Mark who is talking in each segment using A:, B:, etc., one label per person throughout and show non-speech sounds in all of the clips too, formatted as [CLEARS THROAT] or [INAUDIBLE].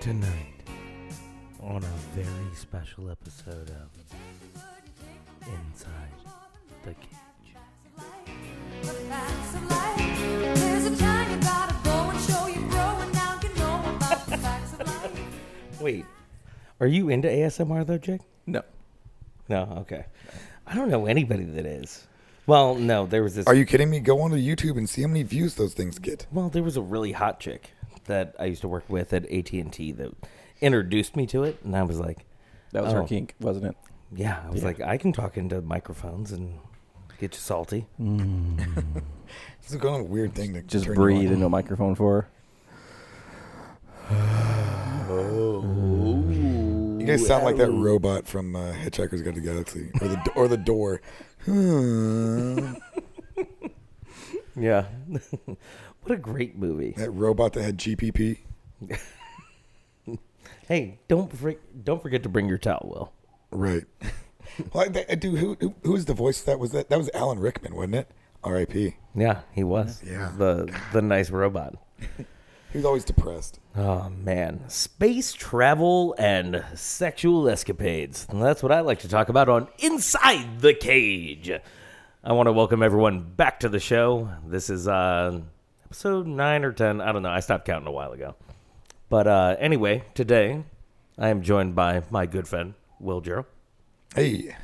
A: Tonight, on a very special episode of Inside the Cage. Wait, are you into ASMR though, Jake?
B: No.
A: No, okay. I don't know anybody that is. Well, no, there was this.
C: Are you kidding me? Go onto YouTube and see how many views those things get.
A: Well, there was a really hot chick that I used to work with at AT and T that introduced me to it, and I was like,
B: That was
A: Oh.
B: her kink, wasn't it?
A: "Yeah," I was like, "I can talk into microphones and get you salty."
C: Mm. This is kind of a weird thing to
B: Just
C: turn you
B: breathe
C: on.
B: into a microphone for her.
C: You guys sound like that robot from uh, Hitchhiker's Guide to the Galaxy, or the or the door.
A: Yeah, [LAUGHS] what a great movie!
C: that robot that had GPP.
A: Hey, don't for, don't forget to bring your towel, Will. [LAUGHS]
C: Right. well, I, I do. Who, who who was the voice of that was that? That was Alan Rickman, wasn't it? R.I.P.
A: Yeah, he was.
C: Yeah.
A: the the nice robot.
C: He was always depressed.
A: Oh man, space travel and sexual escapades. That's what I like to talk about on Inside the Cage. I want to welcome everyone back to the show. This is uh, episode 9 or 10. I don't know. I stopped counting a while ago. But uh, anyway, today I am joined by my good friend, Will Jarrell.
C: Hey,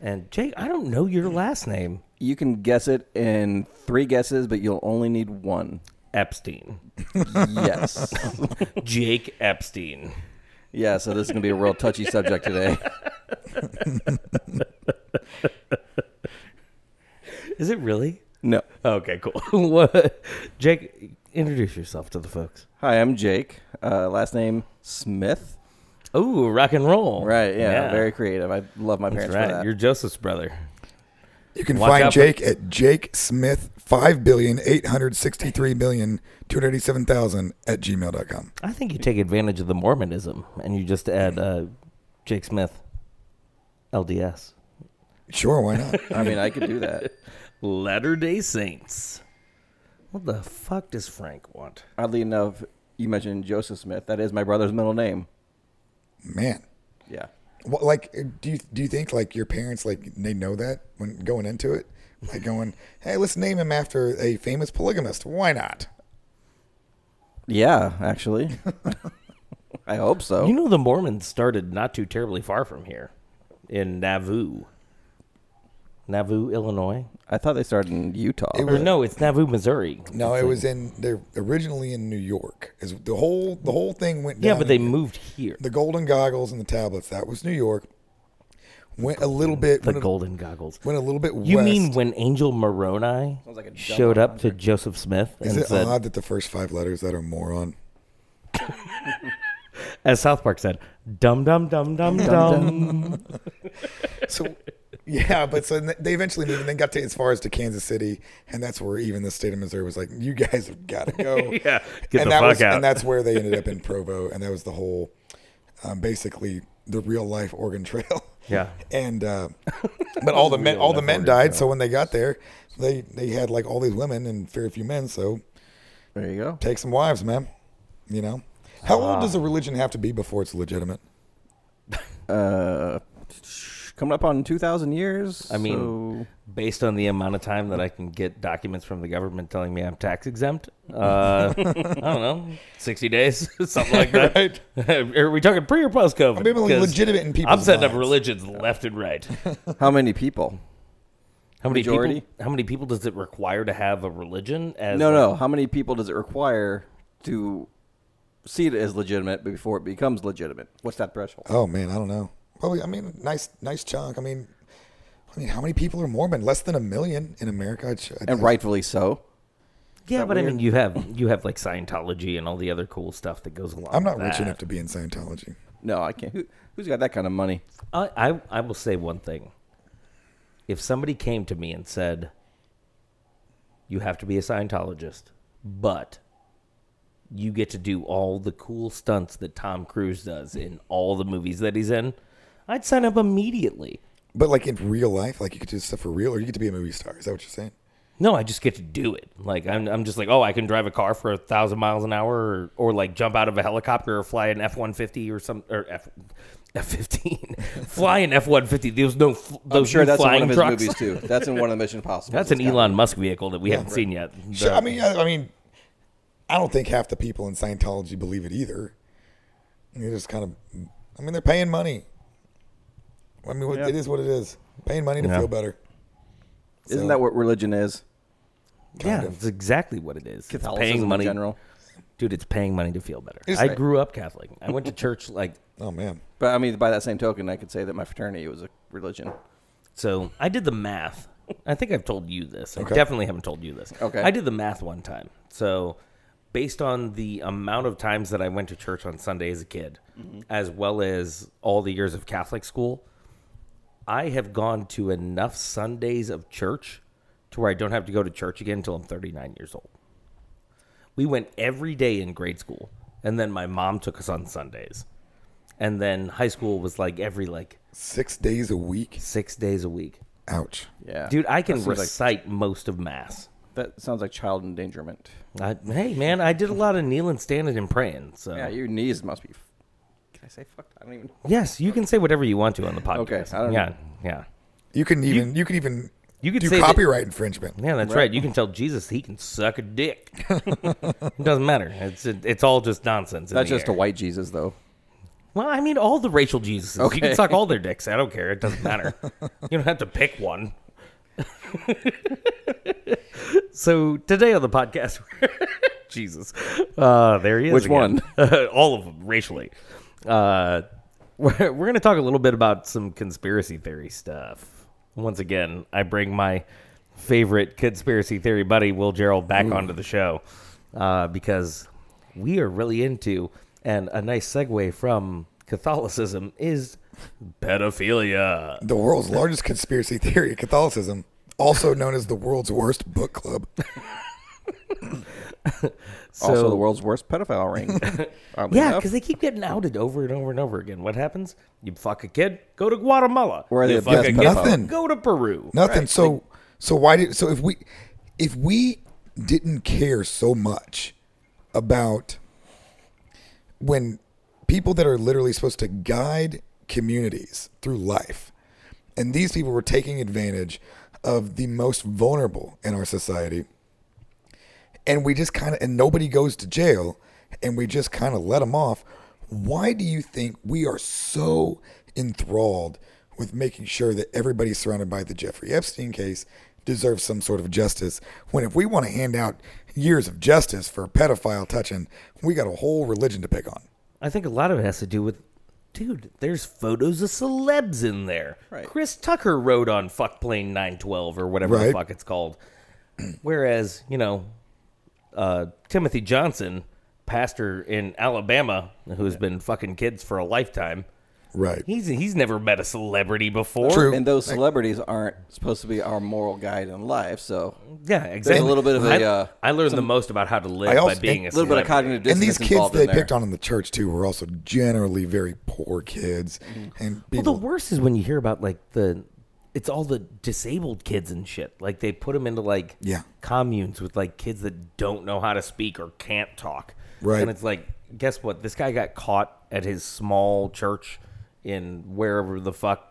A: And Jake, I don't know your last name,
B: You can guess it in three guesses, but you'll only need one.
A: Epstein.
B: Yes.
A: Jake Epstein.
B: yeah, so this is going to be a real touchy subject today.
A: Is it really?
B: No.
A: Okay, cool. [LAUGHS] What- Jake, introduce yourself to the folks.
B: Hi, I'm Jake. Uh, last name Smith.
A: Oh, rock and roll.
B: Right, yeah, very creative. I love my
A: That's
B: parents for
A: right.
B: that.
A: You're Joseph's brother.
C: you can
A: Watch
C: find
A: out for-
C: Jake at Jake Smith five billion eight hundred sixty three million two hundred eighty seven thousand at gmail.com.
A: I think you take advantage of the Mormonism and you just add uh, Jake Smith, LDS,
C: Sure,
A: [LAUGHS]
C: why not?
B: I mean, I could do that.
A: Latter Day Saints. What the fuck does Frank want?
B: Oddly enough, you mentioned Joseph Smith. That is my brother's middle name.
C: Man.
B: Yeah.
C: What, like, uh, do you do you think like your parents like they know that when going into it, like going, hey, let's name him after a famous polygamist. Why not?
B: Yeah, actually. [LAUGHS] I hope so.
A: You know, the Mormons started not too terribly far from here in Nauvoo, Nauvoo, Illinois.
B: I thought they started in Utah.
A: Or no, it's Nauvoo, Missouri.
C: No, it was in they're originally in New York. Is the whole the whole thing went down.
A: Yeah, but they moved here.
C: the golden goggles and the tablets that was New York. Went a little bit
A: The
C: went, a,
A: golden goggles.
C: went a little bit
A: You
C: west.
A: mean when Angel Moroni
B: Sounds like a dumb
A: showed up to Joseph Smith
C: is
A: and
C: it
A: said,
C: odd that the first five letters that are moron?
A: as South Park said, "Dum dum dum dum dum."
C: So yeah, but so they eventually moved and then got to as far as to Kansas City, and that's where even the state of Missouri was like, "You guys have got to
A: [LAUGHS]
C: go."
A: [LAUGHS] yeah, get
C: and
A: the
C: that
A: fuck
C: was,
A: out.
C: And that's where they ended up in Provo, and that was the whole, um, basically the real life Oregon Trail.
A: [LAUGHS] Yeah. [LAUGHS]
C: And uh, but all the men, all the men died. So when they got there, they they had like all these women and very few men. So
B: There you go.
C: take some wives, man. You know, how old
A: Ah.
C: does a religion have to be before it's legitimate?
B: Uh, coming up on 2,000 years.
A: I mean,
B: so-
A: based on the amount of time that I can get documents from the government telling me I'm tax exempt,
C: [LAUGHS]
A: uh, I don't know, sixty days, [LAUGHS] something like that. [LAUGHS]
C: Right.
A: Are we talking pre or post COVID?
C: I'm being legitimate in people's
A: I'm setting up
C: minds.
A: religions left and right. [LAUGHS]
B: how many people?
A: How many
B: Majority?
A: people? How many people does it require to have a religion? As
B: No, no. How many people does it require to see it as legitimate before it becomes legitimate? What's that threshold?
C: Oh man, I don't know. Probably. I mean, nice, nice chunk. I mean, I mean, how many people are Mormon? Less than a million in America. I'd, I'd-
B: And rightfully so.
A: Yeah, but I mean, you have you have like Scientology and all the other cool stuff that goes along.
C: I'm not
A: with
C: rich
A: that.
C: enough to be in Scientology.
B: No, I can't. Who, who's got that kind of money?
A: I, I I will say one thing. If somebody came to me and said, "You have to be a Scientologist, but you get to do all the cool stunts that Tom Cruise does in all the movies that he's in," I'd sign up immediately.
C: But like in real life, like you could do stuff for real, or you get to be a movie star. Is that what you're saying?
A: No, I just get to do it. Like I'm, I'm just like, oh, I can drive a car for a thousand miles an hour, or, or like jump out of a helicopter or fly an F one fifty or some or F [LAUGHS] F fifteen, [LAUGHS] fly an F one fifty. There's no, f- those
B: I'm sure
A: new
B: that's in one
A: flying
B: of his
A: trucks.
B: movies too. That's in one of the Mission
A: [LAUGHS]
B: Impossible.
A: That's an Elon Musk vehicle that we haven't seen yet.
C: Sure,
A: The-
C: I mean, I, I mean, I don't think half the people in Scientology believe it either. They just kind of, I mean, they're paying money. I mean, what, it is what it is. Paying money to
A: Yeah.
C: feel better.
B: Isn't
C: So,
B: that what religion is?
A: yeah,
C: of.
A: it's exactly what it is. It's
B: Catholicism
A: paying money,
B: in general.
A: dude. It's paying money to feel better.
C: Is
A: I
C: it?
A: grew up Catholic. I went to church like
C: Oh man,
B: But I mean, by that same token, I could say that my fraternity was a religion.
A: So I did the math. I think I've told you this. I
C: Okay.
A: definitely haven't told you this.
B: Okay.
A: I did the math one time. So based on the amount of times that I went to church on Sunday as a kid, as well as all the years of Catholic school, I have gone to enough Sundays of church to where I don't have to go to church again until I'm 39 years old. We went every day in grade school, and then my mom took us on Sundays. And then high school was like every like
C: six days a week.
A: 6 days a week.
C: Ouch.
B: Yeah,
A: Dude, I can
B: That sounds like-
A: recite most of mass.
B: that sounds like child endangerment.
A: I, hey, man, I did a lot of kneeling, standing, and praying. So
B: Yeah, your knees must be. Can I say fucked? I don't even.
A: yes, you can say whatever you want to on the podcast.
B: Okay, I don't-
A: yeah, yeah,
C: You can even you, can even
A: You could
C: do
A: say that-
C: copyright infringement.
A: yeah. That's right. You can tell Jesus he can suck a dick. [LAUGHS] it doesn't matter. It's it's all just nonsense. in
B: That's
A: the
B: just
A: air.
B: a white Jesus, though.
A: Well, I mean, all the racial Jesuses. You
B: Okay.
A: can suck all their dicks. I don't care. It doesn't matter. [LAUGHS] you don't have to pick one. [LAUGHS] so today on the podcast, Jesus, uh, there he is.
B: Which
A: again. [LAUGHS] all of them racially. Uh, [LAUGHS] we're we're going to talk a little bit about some conspiracy theory stuff. Once again, I bring my favorite conspiracy theory buddy, Will Gerald, back onto the show uh, because we are really into, and a nice segue from Catholicism is pedophilia.
C: The world's largest conspiracy theory, Catholicism, also known as the world's worst book club.
B: also,
A: So-
B: the world's worst pedophile ring.
C: [LAUGHS]
B: oddly
A: Yeah,
B: enough.
A: because they keep getting outed over and over and over again. What happens? You fuck a kid, go to Guatemala.
B: Where are
A: you
B: they
A: fuck
B: best
A: a kid,
B: pedophile?
C: Nothing.
A: Go to Peru.
C: Nothing. So so why did so if we if we didn't care so much about when people that are literally supposed to guide communities through life and these people were taking advantage of the most vulnerable in our society and we just kind of and nobody goes to jail and we just kind of let them off why do you think we are so enthralled with making sure that everybody surrounded by the jeffrey epstein case deserves some sort of justice when if we want to hand out years of justice for pedophile touching we got a whole religion to pick on
A: I think a lot of it has to do with, dude. There's photos of celebs in there.
B: Right.
A: Chris Tucker rode on fuck plane nine twelve or whatever the
C: Right.
A: fuck it's called. [CLEARS THROAT] Whereas you know, uh, Timothy Johnson, pastor in Alabama, who's been fucking kids for a lifetime,
C: right
A: he's he's never met a celebrity before.
C: True.
B: And those celebrities aren't supposed to be our moral guide in life, so
A: Yeah, exactly.
B: little bit of a,
A: I-
B: uh,
A: I learned the most about how to live
C: I also-
A: by being a
B: a little bit
A: celebrity.
B: of cognitive
C: and
B: dissonance
C: these kids
B: involved in
C: they
B: there.
C: picked on in the church too were also generally very poor kids
B: Mm-hmm.
C: and
A: Well, the
C: people
A: worst is when you hear about like the, it's all the disabled kids and shit. Like they put them into like
C: Yeah.
A: communes with like kids that don't know how to speak or can't talk.
C: Right.
A: And it's like, guess what? This guy got caught at his small church in wherever the fuck,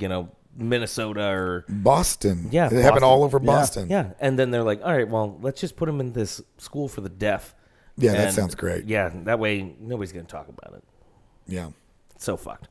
A: you know, Minnesota or
C: boston
A: Yeah,
C: it happened
A: Boston.
C: all over boston
A: yeah. And then they're like, all right, well, let's just put him in this school for the deaf.
C: Yeah, that
A: And-
C: sounds great.
A: Yeah, that way nobody's gonna talk about it.
C: yeah.
A: It's so fucked.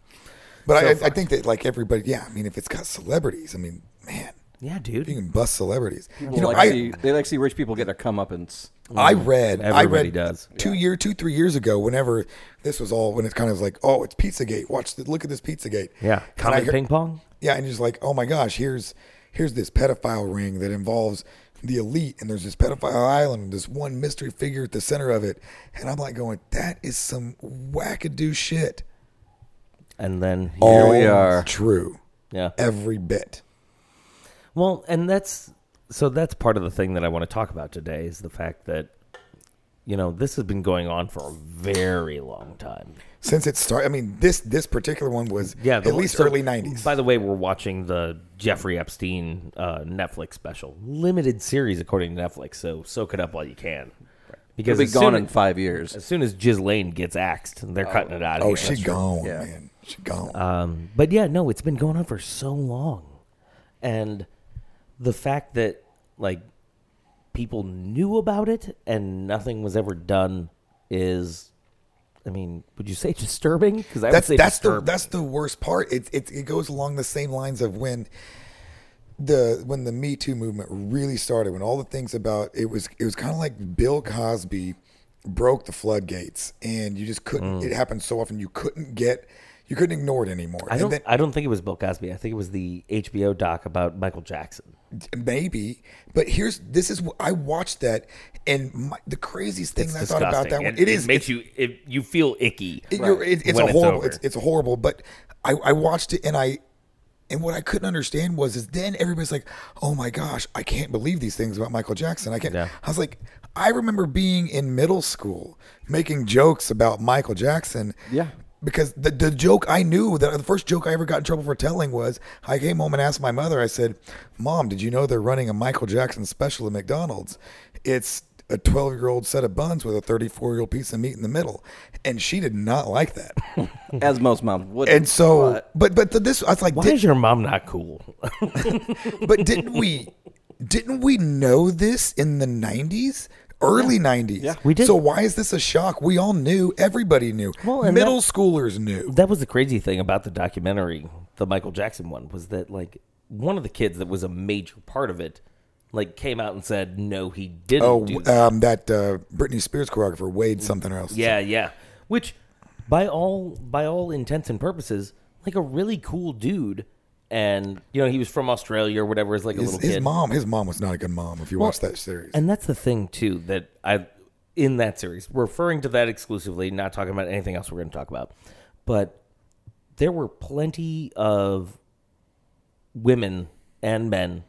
C: But I, I think that like everybody, yeah. I mean, if it's got celebrities, I mean, man,
A: Yeah, dude.
C: you can bust celebrities.
B: People
C: you know,
B: like
C: I
B: see, they like see rich people get their comeuppance.
C: I read I
A: Everybody
C: read
A: does.
C: two year two three years ago. Whenever this was all, when it's kind of like, oh, it's PizzaGate. Watch, the, look at this PizzaGate.
A: Yeah.
C: and I
A: Common
C: hear-
A: ping pong.
C: Yeah, and just like, oh my gosh, here's here's this pedophile ring that involves the elite, and there's this pedophile island, this one mystery figure at the center of it, and I'm like going, that is some wackadoo shit.
A: And then here
C: All
B: we are.
C: true,
A: Yeah.
C: every bit.
A: Well, and that's so that's part of the thing that I want to talk about today is the fact that you know, this has been going on for a very long time.
C: since it started. I mean, this this particular one was
A: Yeah, the-
C: at least
A: so,
C: early '90s.
A: By the way, we're watching the Jeffrey Epstein uh, Netflix special, limited series according to Netflix. So soak it up while you can,
B: It'll
A: because
B: be
A: as
B: gone
A: soon
B: in five years.
A: as soon as Ghislaine gets axed, they're cutting it out. Of
C: oh,
A: here.
C: she gone,
B: Yeah.
C: man. She gone.
A: Um, but yeah, no, it's been going on for so long, and the fact that like people knew about it and nothing was ever done is, I mean, would you say [LAUGHS] disturbing? Because I
C: that's
A: would say
C: that's the
A: disturbing.
C: that's the worst part. It, it it goes along the same lines of when the when the Me Too movement really started. When all the things about it was it was kind of like Bill Cosby broke the floodgates, and you just couldn't.
A: Mm.
C: It happened so often you couldn't get you couldn't ignore it anymore.
A: I
C: and
A: don't.
C: then
A: I don't think it was Bill Cosby. I think it was the HBO doc about Michael Jackson.
C: maybe, but here's this is what I watched that, and my, the craziest thing
A: It's
C: I
A: disgusting.
C: thought about that one.
A: it,
C: is
A: it makes you. It, you feel icky.
C: It, you're, it, it's
A: When
C: a
A: it's
C: horrible.
A: over.
C: It's, it's, horrible. But I, I watched it and I, and what I couldn't understand was is then everybody's like, oh my gosh, I can't believe these things about Michael Jackson. I can't.
A: Yeah.
C: I was like, I remember being in middle school making jokes about Michael Jackson.
B: Yeah.
C: Because the, the joke I knew that the first joke I ever got in trouble for telling was I came home and asked my mother, I said, Mom, did you know they're running a Michael Jackson special at McDonald's? It's a 12 year old set of buns with a 34 year old piece of meat in the middle. And she did not
A: [LAUGHS]
C: like that.
B: As most moms would.
C: And so, but, but, this, I was like,
A: Why
C: did,
A: is your mom not cool?
C: but didn't we, didn't we know this in the 90s? Early 90s. Yeah,
A: we did.
C: So why is this a shock? We all knew. Everybody knew.
A: Well, and
C: Middle
A: that-
C: schoolers knew.
A: that was the crazy thing about the documentary, the Michael Jackson one, was that like one of the kids that was a major part of it, like came out and said no, he didn't.
C: Oh,
A: do that.
C: um, that uh, Britney Spears choreographer, Wade something or else.
A: yeah, yeah. Which, by all by all intents and purposes, like a really cool dude, and you know he was from Australia or whatever. Is like a
C: his,
A: little
C: his
A: kid.
C: mom, his mom was not a good mom. If you watch that series,
A: And that's the thing too that I in that series referring to that exclusively, not talking about anything else we're going to talk about. But there were plenty of women and men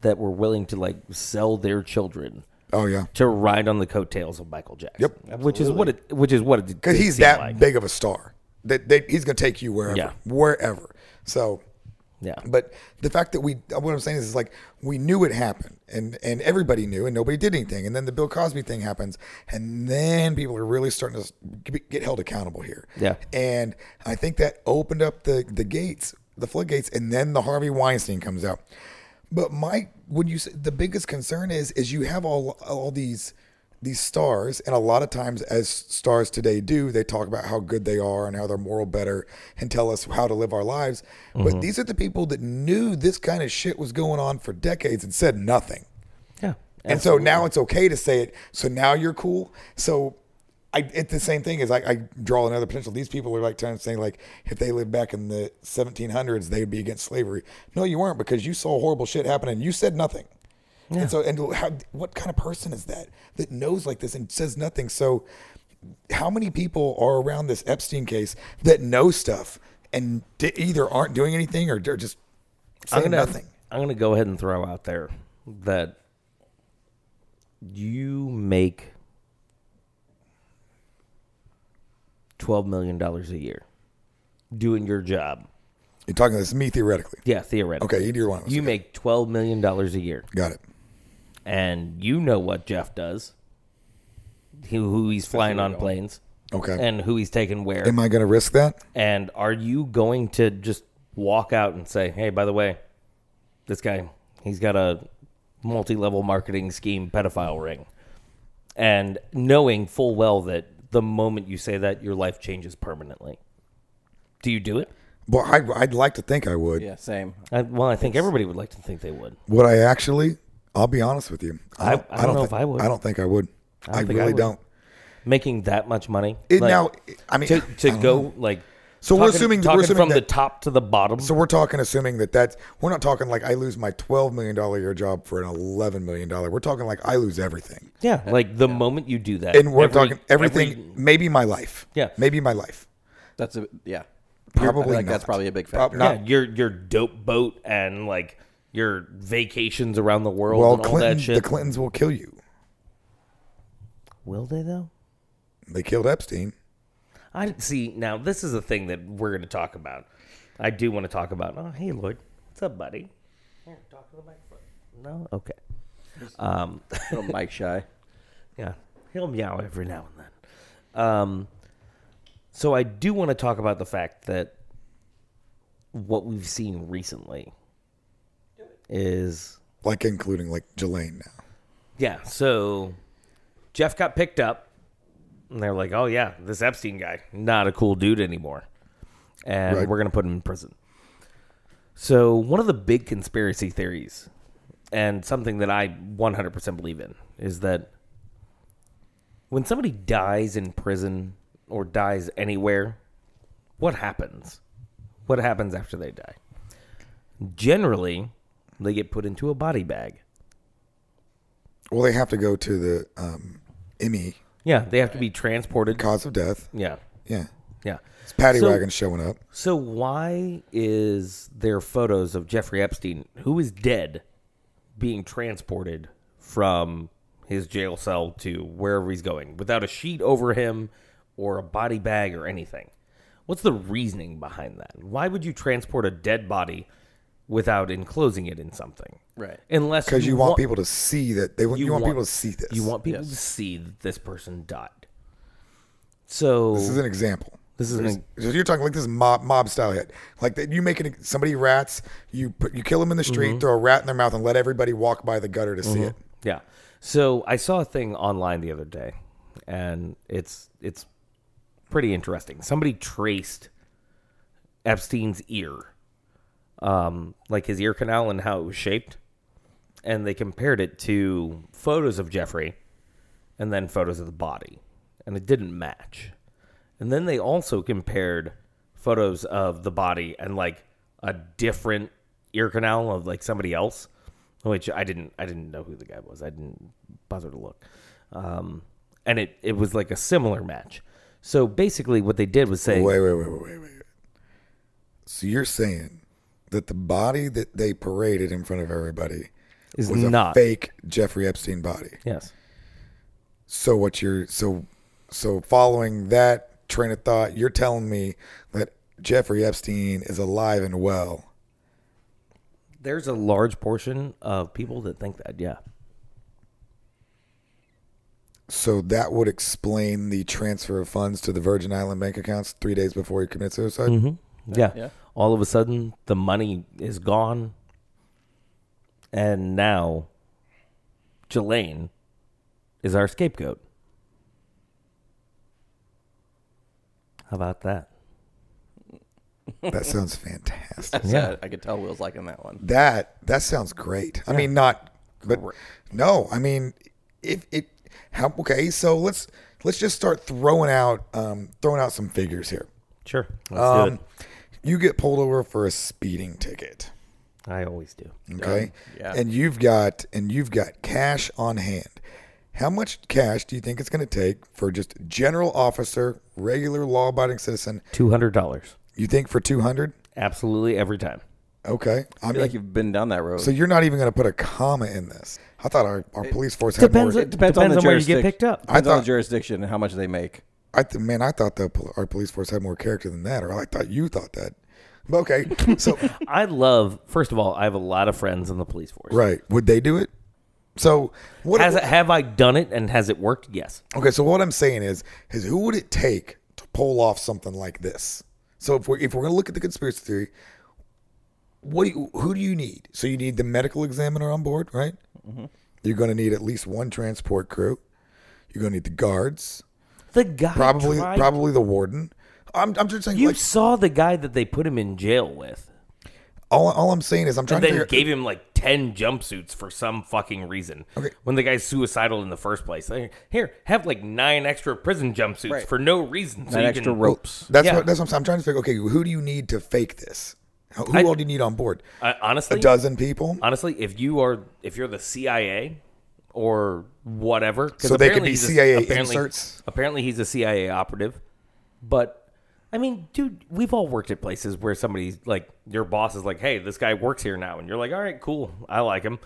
A: that were willing to like sell their children
C: oh yeah,
A: to ride on the coattails of Michael Jackson.
C: Yep.
A: which is what it which is what it
C: because
A: did
C: he's
A: seem
C: that
A: like.
C: big of a star that they, he's going to take you wherever,
A: Yeah.
C: wherever. So,
A: Yeah.
C: But the fact that we, what I'm saying is, is like we knew it happened, and and everybody knew, and nobody did anything, and then the Bill Cosby thing happens, and then people are really starting to s- get held accountable here.
A: Yeah.
C: And I think that opened up the the gates, the floodgates, and then the Harvey Weinstein comes out. But my when you say the biggest concern is is you have all all these these stars and a lot of times as stars today do they talk about how good they are and how they're moral better and tell us how to live our lives but these are the people that knew this kind of shit was going on for decades and said nothing
A: yeah.
C: and so now it's okay to say it. So now you're cool. So I, it's the same thing as I, I draw another potential. These people are like trying to say like if they lived back in the 1700s, they'd be against slavery. No, you weren't because you saw horrible shit happen and you said nothing. And so, and how, what kind of person is that that knows like this and says nothing? So, how many people are around this Epstein case that know stuff and di- either aren't doing anything or they're just saying nothing?
A: I'm gonna go ahead and throw out there that you make twelve million dollars a year doing your job.
C: You're talking this is me theoretically.
A: Yeah, theoretically.
C: Okay, either one. of us.
A: You make twelve million dollars a year,
C: Got it.
A: and you know what Jeff does. Who, who he's flying on planes,
C: Okay.
A: and who he's taking where,
C: Am I going to risk that?
A: and are you going to just walk out and say, "Hey, by the way, this guy, he's got a multi-level marketing scheme pedophile ring." And knowing full well that the moment you say that, your life changes permanently. Do you do it?
C: Well, I, I'd like to think I would.
B: yeah, same.
A: I, well, I think everybody would like to think they would.
C: Would I actually? I'll be honest with you.
A: I- I don't know
C: thi-
A: if I would.
C: I don't think I would. I,
A: think I
C: really
A: would.
C: don't.
A: Making that much money
C: It,
A: like,
C: now, I mean,
A: to
C: I
A: to
C: don't
A: go
C: know.
A: like.
C: So we're
A: talking-
C: assuming- we're
A: talking
C: assuming
A: from the
C: that-
A: top to the bottom.
C: So we're talking assuming that that's we're not talking like I lose my twelve million dollar year job for an eleven million dollar. We're talking like I lose everything,
A: yeah, like the moment you do that,
C: and we're
A: E-, every-
C: talking everything.
A: every-
C: maybe my life.
A: Yeah.
C: maybe my life.
B: That's a yeah. I
C: Probably
B: feel like that's
C: not.
B: probably a big
C: Prob-
B: factor.
C: not-
A: yeah, your your dope boat and like your vacations around the world
C: Well,
A: and all that
C: Clinton,
A: shit.
C: the Clintons will kill you.
A: Will they though?
C: They killed Epstein.
A: I didn't see. Now this is a thing that we're going to talk about. I do want to talk about. Oh, hey Lloyd, what's up, buddy? Here, talk to the microphone. No, okay. Um,
B: Little [LAUGHS] Mike Shy.
A: yeah, he'll meow every now and then. Um, so I do want to talk about the fact that what we've seen recently is
C: Like including like Jelaine now.
A: yeah. So Jeff got picked up, and they're like, "Oh yeah, this Epstein guy, not a cool dude anymore, and
C: Right.
A: we're gonna put him in prison." So one of the big conspiracy theories, and something that I 100% believe in, is that when somebody dies in prison or dies anywhere, what happens? What happens after they die? Generally, they get put into a body bag.
C: Well, they have to go to the um, Emmy
A: Yeah, they have to be transported.
C: cause of death.
A: Yeah,
C: Yeah,
A: yeah.
C: it's paddy
A: So-
C: wagon showing up.
A: So why is there photos of Jeffrey Epstein, who is dead, being transported from his jail cell to wherever he's going without a sheet over him or a body bag or anything? What's the reasoning behind that? Why would you transport a dead body without enclosing it in something?
B: Right.
A: Unless
C: Because you want
A: people.
C: people to see that they want you, want, people to see this.
A: You want people to see that this person died. So
C: this is an example.
A: This is an ex-
C: so you're talking like this is mob mob style hit. Like that you make it somebody rats, you put you kill them in the street,
A: Mm-hmm.
C: throw a rat in their mouth, and let everybody walk by the gutter to see it.
A: Yeah. So I saw a thing online the other day, and it's it's pretty interesting. Somebody traced Epstein's ear, um, like his ear canal and how it was shaped, and they compared it to photos of Jeffrey, and then photos of the body, and it didn't match. And then they also compared photos of the body and like a different ear canal of like somebody else, which I didn't I didn't know who the guy was. I didn't bother to look. Um, and it it was like a similar match. So basically, what they did was say,
C: Wait, wait, wait, wait, wait, wait. So you're saying that the body that they paraded in front of everybody
A: Is
C: was
A: not.
C: a fake Jeffrey Epstein body.
A: yes,
C: So what you're so so following that train of thought, you're telling me that Jeffrey Epstein is alive and well.
A: there's a large portion of people that think that. Yeah,
C: So that would explain the transfer of funds to the Virgin Island bank accounts three days before he committed suicide.
A: Mm-hmm. yeah. All of a sudden, the money is gone, and now Jelaine is our scapegoat. How about that?
C: That sounds fantastic.
A: Yeah.
B: Yeah. I could tell Will's liking that one.
C: That that sounds great. I mean, not, but no. I mean, if it how okay. So let's let's just start throwing out um, throwing out some figures here.
A: Sure, let's do
C: Um,
A: it.
C: you get pulled over for a speeding ticket,
A: I always do.
C: okay?
B: yeah.
C: And you've got and you've got cash on hand. How much cash do you think it's going to take for just general officer, regular law-abiding citizen?
A: Two hundred dollars,
C: You think for two hundred?
A: absolutely every time.
C: Okay, I
B: I feel
C: mean,
B: like you've been down that road.
C: so you're not even going to put a comma in this. I thought our, our police force had
A: Depends.
C: more.
A: It depends, on, where you get
B: jurisdic-
A: picked up.
B: Depends on
C: thought-
B: the jurisdiction and how much they make.
C: I th- man, I thought the pol- our police force had more character than that, or I thought you thought that. But okay, so
A: I love. First of all, I have a lot of friends in the police force.
C: right, would they do it? So what?
A: Has it, have I done it and has it worked? Yes.
C: okay, so what I'm saying is, is who would it take to pull off something like this? So if we're if we're gonna look at the conspiracy theory, what do you, who do you need? So you need the medical examiner on board, right?
A: Mm-hmm.
C: You're gonna need at least one transport crew. You're gonna need the guards,
A: The guy
C: probably
A: tried-
C: probably the warden. I'm I'm just saying
A: You
C: like
A: saw the guy that they put him in jail with,
C: all, all I'm saying is I'm trying
A: and
C: to
A: then
C: figure,
A: gave him like ten jumpsuits for some fucking reason.
C: Okay.
A: When the guy's suicidal in the first place, Like, here have like nine extra prison jumpsuits
B: Right.
A: for no reason. So
B: That
A: you
B: extra
A: can-
B: ropes.
C: That's
A: Yeah.
C: what that's what I'm, saying. I'm trying to figure. Okay, who do you need to fake this? Who
A: I-
C: all do you need on board?
A: I-
C: A
A: honestly,
C: dozen people.
A: honestly, if you are if you're the CIA or whatever, 'cause
C: So they could
A: apparently
C: be
A: he's
C: CIA inserts?
A: Apparently, he's a CIA operative, but I mean, dude, we've all worked at places where somebody's like, your boss is like, "Hey, this guy works here now," and you're like, "All right, cool, I like him,"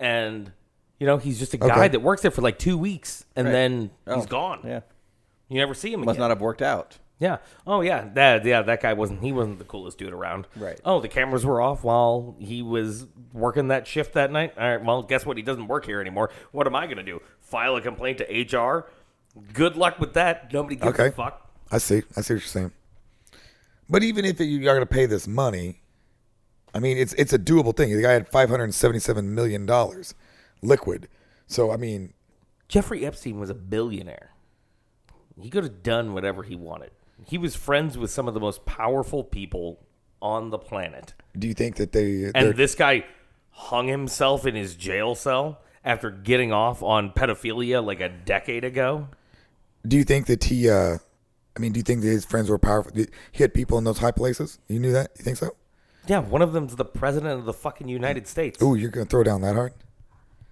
A: and You know, he's just a guy
C: Okay.
A: that works there for like two weeks and
B: Right.
A: then he's
B: Oh,
A: gone.
B: Yeah.
A: You never see him
B: Must
A: again.
B: not have worked out.
A: yeah. Oh yeah. That yeah, that guy wasn't he wasn't the coolest dude around.
B: Right.
A: Oh, the cameras were off while he was working that shift that night. All right, well, guess what? He doesn't work here anymore. What am I gonna do? File a complaint to HR? Good luck with that. Nobody gives
C: Okay.
A: a fuck.
C: I see. I see what you're saying. But even if you are going to pay this money, I mean, it's it's a doable thing. The guy had 577 million dollars liquid. So I mean,
A: Jeffrey Epstein was a billionaire. He could have done whatever he wanted. He was friends with some of the most powerful people on the planet.
C: do you think that they
A: And
C: they're-
A: this guy hung himself in his jail cell after getting off on pedophilia like a decade ago.
C: do you think that he uh I mean, do you think that his friends were powerful? Did- He had people in those high places. You knew that? You think so?
A: Yeah, one of them's the president of the fucking United States.
C: Ooh, you're going to throw down that hard?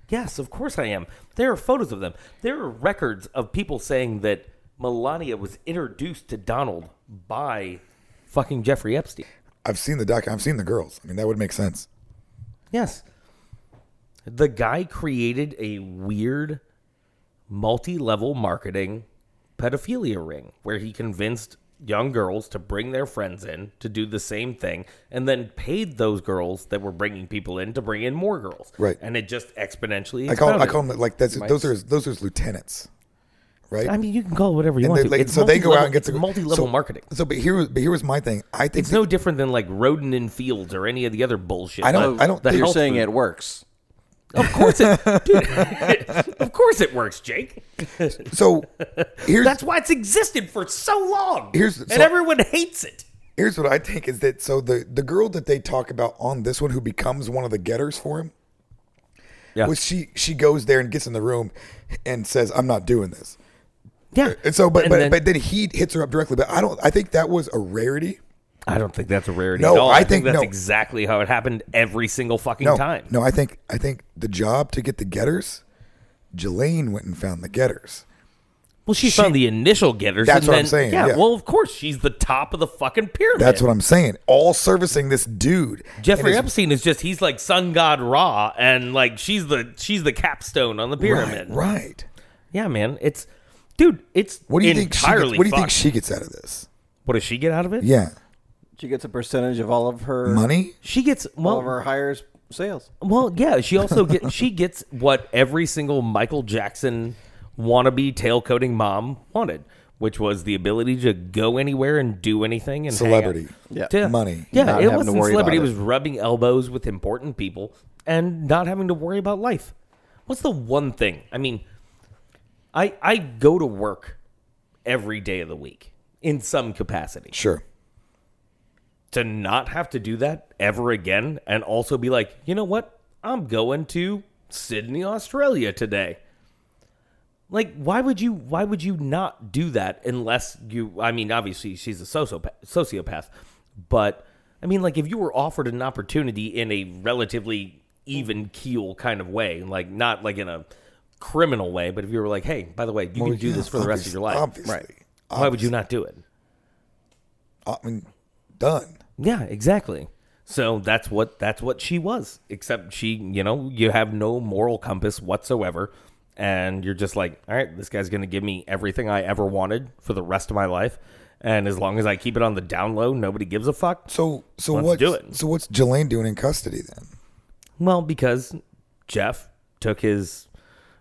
A: Yes, of course I am. There are photos of them. There are records of people saying that Melania was introduced to Donald by fucking Jeffrey Epstein.
C: I've seen the doc. I've seen the girls. I mean, that would make sense.
A: Yes. The guy created a weird multi level marketing pedophilia ring where he convinced young girls to bring their friends in to do the same thing and then paid those girls that were bringing people in to bring in more girls.
C: Right.
A: And it just exponentially
C: I call I
A: exploded.
C: call them like that's those are his, those are his lieutenants, right?
A: I mean, you can call it whatever you
C: And
A: want
C: they-
A: to.
C: like,
A: It's
C: so they go out
A: multi-level-
C: and get to
A: it's multi-level
C: so-
A: marketing.
C: So, but here, but here was my thing. I think
A: It's no different than like Roden and Fields or any of the other bullshit.
C: I don't-
A: that-
C: I don't
A: that
C: think-
B: You're
A: health
B: saying
A: food-
B: it works.
A: Of course it, [LAUGHS] dude, [LAUGHS] Of course it works, Jake. [LAUGHS]
C: So here's
A: That's why it's existed for so long.
C: Here's-
A: and
C: so-
A: everyone hates it.
C: here's what I think is that so the the girl that they talk about on this one who becomes one of the getters for him.
A: Yeah.
C: Was she she goes there and gets in the room and says I'm not doing this.
A: Yeah.
C: And so but
A: And
C: but,
A: then-
C: but then he hits her up directly but I don't I think that was a rarity.
A: I don't think that's a rarity
C: No,
A: at all.
C: I
A: think,
C: think-
A: that's
C: no.
A: exactly how it happened every single fucking
C: No.
A: time.
C: No, I think I think the job to get the getters Jelaine went and found the getters.
A: Well, she, found the initial getters.
C: That's
A: and
C: what I'm
A: then-
C: saying, yeah.
A: Well, of course, she's the top of the fucking pyramid.
C: That's what I'm saying. All servicing this dude.
A: Jeffrey
C: And his-
A: Epstein is just he's like sun god Ra, and like she's the she's the capstone on the pyramid.
C: Right, right.
A: Yeah, man. It's dude. It's
C: What do you think? She gets,
A: entirely
C: what do you think
A: fucked.
C: she gets out of this?
A: what does she get out of it?
C: Yeah,
B: She gets a percentage of all of her
C: money.
A: She gets
B: all
A: well,
B: of her hires sales.
A: Well, yeah, she also
B: [LAUGHS]
A: get she gets what every single Michael Jackson wannabe tailcoating mom wanted, which was the ability to go anywhere and do anything and hang out.
C: Celebrity.
B: Yeah.
C: Money.
A: Yeah,
B: Not having
A: it
B: to
A: wasn't
B: worry
A: celebrity. It
B: about
A: was rubbing elbows with important people and not having to worry about life. What's the one thing? I mean, I I go to work every day of the week in some capacity
C: Sure.
A: to not have to do that ever again and also be like, you know what? I'm going to Sydney, Australia today. Like, why would you why would you not do that unless you I mean, obviously she's a sociopath, sociopath but I mean, like if you were offered an opportunity in a relatively even keel kind of way, like not like in a criminal way, but if you were like, hey, by the way, you can do
C: Yeah,
A: this for the rest of your life.
C: Obviously.
B: Right.
A: Why would you not do it?
C: I mean, done.
A: Yeah, exactly. So that's what that's what she was. Except she, you know, you have no moral compass whatsoever, and you're just like, all right, this guy's going to give me everything I ever wanted for the rest of my life, and as long as I keep it on the down low, nobody gives a fuck.
C: So so
A: Let's
C: what?
A: do it.
C: So what's Jelaine doing in custody then?
A: Well, because Jeff took his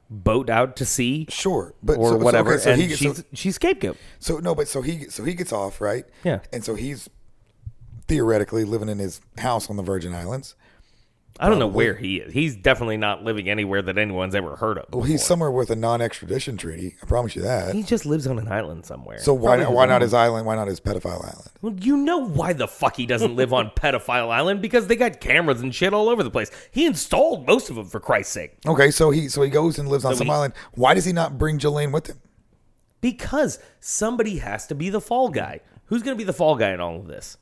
A: boat out to sea
C: Sure, but
A: or
C: so, so-
A: whatever,
C: okay, so,
A: and
C: he,
A: she's
C: so,
A: she's scapegoat.
C: so no, but so he so he gets off right.
A: Yeah.
C: And so he's theoretically living in his house on the Virgin Islands.
A: I
C: Oh,
A: don't know where he is. He's definitely not living anywhere that anyone's ever heard of.
C: Well, he's somewhere with a non-extradition treaty. I promise you that.
A: He just lives on an island somewhere.
C: So why not, why not his island? Why not his pedophile island?
A: Well, you know why the fuck he doesn't live on Pedophile Island because they got cameras and shit all over the place. He installed most of them for Christ's sake.
C: Okay, so he so he goes and lives on some
A: he-
C: island. Why does he not bring Jelaine with him?
A: Because somebody has to be the fall guy. Who's going to be the fall guy in all of this?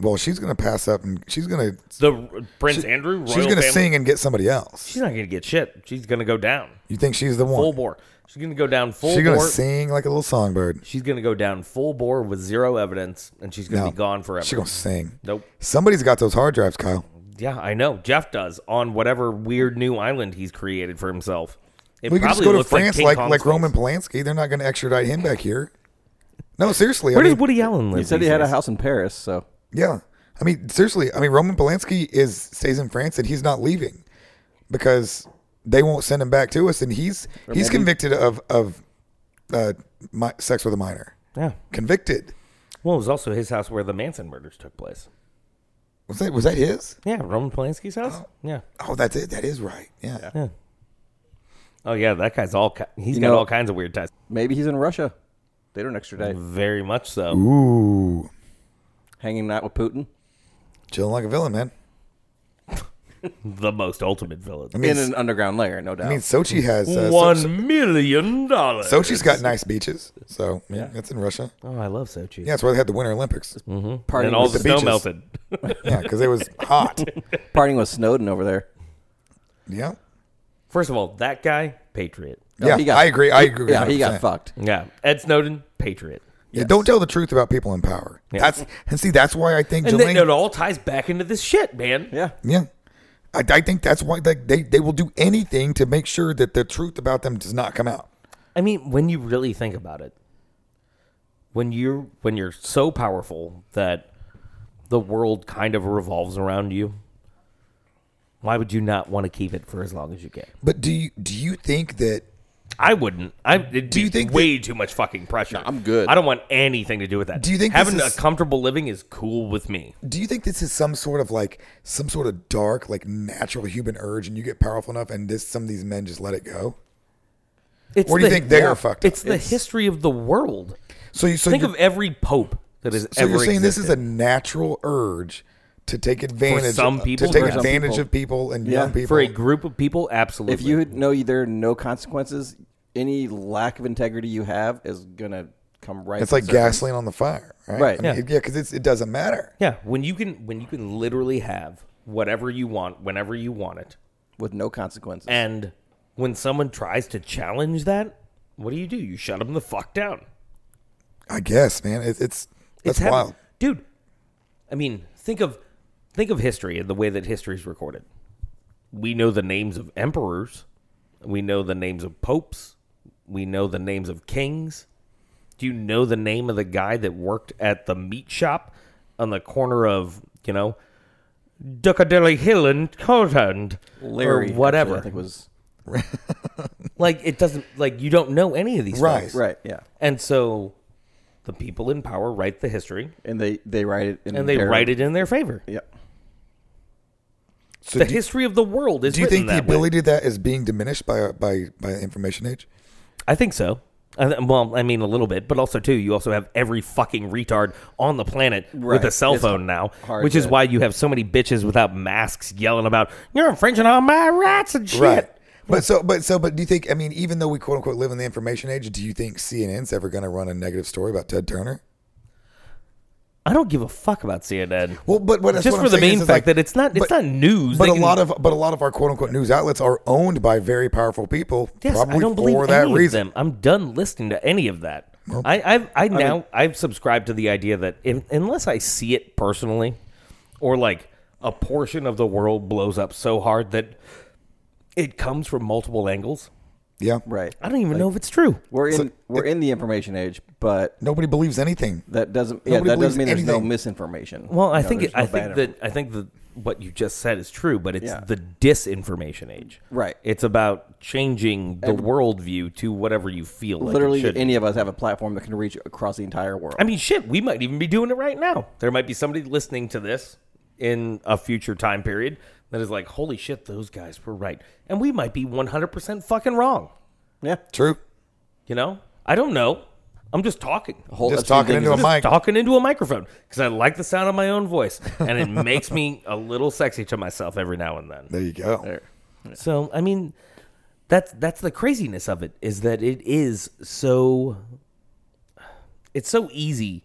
C: Well, she's gonna pass up and she's gonna
A: The Prince Andrew royal
C: she's gonna
A: family?
C: sing and get somebody else.
A: She's not going to get shit. She's going to go down
C: You think she's the
A: full
C: one?
A: bore. She's going to go down full
C: She's gonna
A: bore.
C: sing like a little songbird.
A: She's going to go down full bore with zero evidence, and she's going to
C: No.
A: be gone forever.
C: She's gonna sing.
A: Nope.
C: Somebody's got those hard drives, Kyle.
A: Yeah, I know. Jeff does on whatever weird new island he's created for himself. It
C: We can just
A: probably
C: go to
A: looks
C: France
A: King
C: like
A: Kong's
C: like, Roman
A: face.
C: Polanski. They're not going to extradite him back here. No, seriously.
A: Where
C: I
A: does
C: mean,
A: Woody Allen live?
B: He said he
A: these
B: had a
A: days?
B: house in Paris, so
C: yeah. I mean, seriously. I mean, Roman Polanski is stays in France and he's not leaving because they won't send him back to us. And he's he's convicted of of uh, mi- sex with a minor.
A: Yeah.
C: Convicted.
A: Well, it was also his house where the Manson murders took place.
C: Was that was that his?
A: Yeah, Roman Polanski's house. [GASPS] Yeah.
C: Oh, that's it. That is right. Yeah.
A: Oh yeah, that guy's all. Ki- he's
B: You
A: got
B: know-
A: all kinds of weird ties.
B: maybe he's in Russia. They don't extradite.
A: Very much so.
C: Ooh,
A: Mm-hmm.
B: Hanging out with Putin
C: chilling like a villain, man.
A: The most ultimate villain.
C: I mean,
B: in an underground lair, no doubt.
C: I mean, Sochi has uh, So-
A: One million dollars.
C: Sochi's got nice beaches, so yeah, that's in Russia.
A: oh, I love Sochi.
C: Yeah, that's why they had the Winter Olympics.
B: partying,
A: And all
B: with,
A: the, snow
C: the beaches.
A: melted.
C: [LAUGHS] Yeah, because it was hot.
B: partying with Snowden over there.
C: Yeah,
A: First of all, that guy, patriot.
C: yeah,
B: he got-
C: I agree. I agree.
B: Yeah, he
C: 100%.
B: got fucked.
A: Yeah, Ed Snowden, patriot.
C: Yeah, don't tell the truth about people in power. That's and see, that's why I think
A: And
C: Jelaine,
A: then it all ties back into this shit, man.
B: Yeah.
C: Yeah, I, I think that's why they, they they will do anything to make sure that the truth about them does not come out.
A: I mean, when you really think about it, when you're when you're so powerful that the world kind of revolves around you, why would you not want to keep it for as long as you can?
C: But do you do you think that
A: I wouldn't. I it'd do
C: you think
A: way too much fucking pressure?
B: I'm good.
A: I don't want anything to do with that.
C: Do you think this
A: having a
C: is-
A: comfortable living is cool with me?
C: Do you think this is some sort of like some sort of dark, like natural human urge, and you get powerful enough, and this some of these men just let it go?
A: It's
C: Or do you
A: the-
C: think they are fucked up?
A: It's the history of the world.
C: So you so
A: Think
C: you're,
A: of every pope that has
C: so
A: ever.
C: you're saying this is
A: existed.
C: a natural urge to take advantage
A: some people,
C: to take
A: for some
C: advantage
B: people.
C: of people and
B: Yeah,
C: young people.
A: for a group of people? Absolutely.
B: If you know there are no consequences, any lack of integrity you have is gonna come right.
C: it's like
B: to the surface.
C: gasoline on the fire, right?
B: Right.
C: I mean,
A: Yeah.
C: yeah, because it's it doesn't matter.
A: Yeah, when you can when you can literally have whatever you want whenever you want it.
B: with no consequences.
A: And when someone tries to challenge that, what do you do? You shut them the fuck down.
C: I guess, man. It, it's that's
A: happened-
C: wild.
A: Dude, I mean, think of think of history and the way that history is recorded. We know the names of emperors, we know the names of popes, we know the names of kings. Do you know the name of the guy that worked at the meat shop on the corner of, you know, Ducadilly Hill and Cortland
B: Larry,
A: or
B: actually,
A: whatever?
B: I think was
A: like it doesn't like you don't know any of these
C: Right.
A: things.
B: right. Yeah,
A: And so the people in power write the history
B: and they they write it in
A: and they
B: their-
A: write it in their favor.
B: Yeah,
C: So
A: the
C: do,
A: history of the world is.
C: do you
A: written
C: think the
A: that way.
C: ability of that is being diminished by by by information age?
A: I think so. I th- well, I mean a little bit, but also too, you also have every fucking retard on the planet with a
B: Right.
A: cell
B: It's
A: phone now,
B: hard
A: which is
B: to-
A: why you have so many bitches without masks yelling about you're infringing on my rights and shit.
C: Right. But so, but so, but do you think? I mean, even though we quote unquote live in the information age, do you think CNN's ever going to run a negative story about Ted Turner?
A: I don't give a fuck about CNN.
C: Well, but what, that's
A: just
C: what
A: for
C: I'm
A: the
C: saying
A: main
C: is, is
A: fact
C: like-
A: that it's not it's
C: but-
A: not news.
C: But
A: They
C: a
A: can-
C: lot of but a lot of our quote unquote news outlets are owned by very powerful people,
A: Yes,
C: probably
A: I don't
C: for
A: believe
C: that
A: any
C: reason.
A: of them. I'm done listening to any of that. I, I've, I now I've subscribed to the idea that in, unless I see it personally, or like a portion of the world blows up so hard that it comes from multiple angles,
C: Yeah,
B: right.
A: I don't even know if it's true.
B: We're in we're in the information age, but
C: nobody believes anything.
B: that doesn't yeah
C: Nobody
B: that
C: believes
B: doesn't mean there's no
C: anything.
B: misinformation.
A: Well, I
B: You know,
A: think it,
B: there's no
A: I
B: bad
A: think that I think that what you just said is true, but it's
B: Yeah.
A: the disinformation age.
B: Right.
A: It's about changing the worldview to whatever you feel. Like it
B: literally
A: should be.
B: any of us have a platform that can reach across the entire world.
A: I mean, shit, we might even be doing it right now. There might be somebody listening to this in a future time period that is like, holy shit, those guys were right. And we might be 100% fucking wrong.
B: yeah,
C: True.
A: You know? I don't know. I'm just talking. I'm
B: whole
C: Just
B: episode
C: talking
B: thing
C: into
B: is-
C: a mic.
A: talking into a microphone because I like the sound of my own voice and it makes me a little sexy to myself every now and then.
C: There you go.
A: So I mean, that's that's the craziness of it is that it is so. It's so easy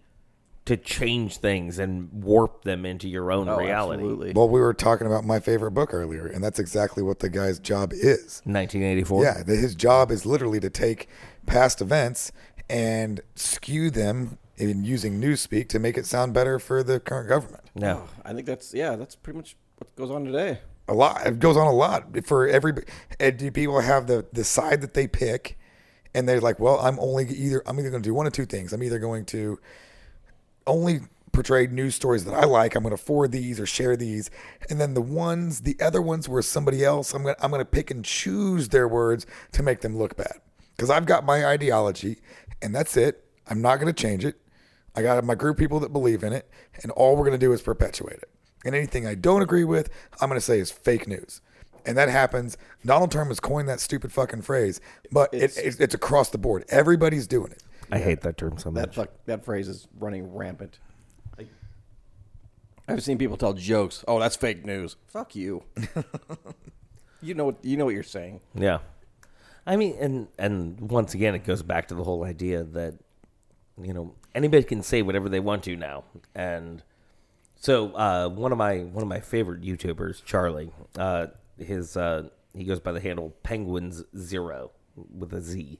A: to change things and warp them into your own
B: Oh,
A: [LAUGHS] reality.
B: absolutely.
C: Well, we were talking about my favorite book earlier, and that's exactly what the guy's job is.
A: 1984.
C: Yeah, that his job is literally to take past events and skew them in using newspeak to make it sound better for the current government.
A: No.
B: Oh, I think that's yeah, that's pretty much What goes on today?
C: a lot. It goes on a lot for every. And do people have the the side that they pick, and they're like, well, I'm only either I'm either going to do one of two things. I'm either going to only portray news stories that I like. I'm going to forward these or share these, and then the ones the other ones where somebody else I'm going to I'm going to pick and choose their words to make them look bad because I've got my ideology, and that's it. I'm not going to change it. I got my group of people that believe in it, and all we're going to do is perpetuate it. And anything I don't agree with, I'm going to say is fake news. And that happens. Donald Trump has coined that stupid fucking phrase, but it, it's, it's across the board. Everybody's doing it.
A: I hate that term so much.
B: That fuck, that phrase is running rampant. Like, I've seen people tell jokes. Oh, that's fake news.
A: [LAUGHS]
B: Fuck you. you know you know what you're saying.
A: Yeah. I mean and and once again it goes back to the whole idea that you know anybody can say whatever they want to now. And so uh, one of my one of my favorite YouTubers, Charlie, uh, his uh, he goes by the handle Penguins Zero with a Z.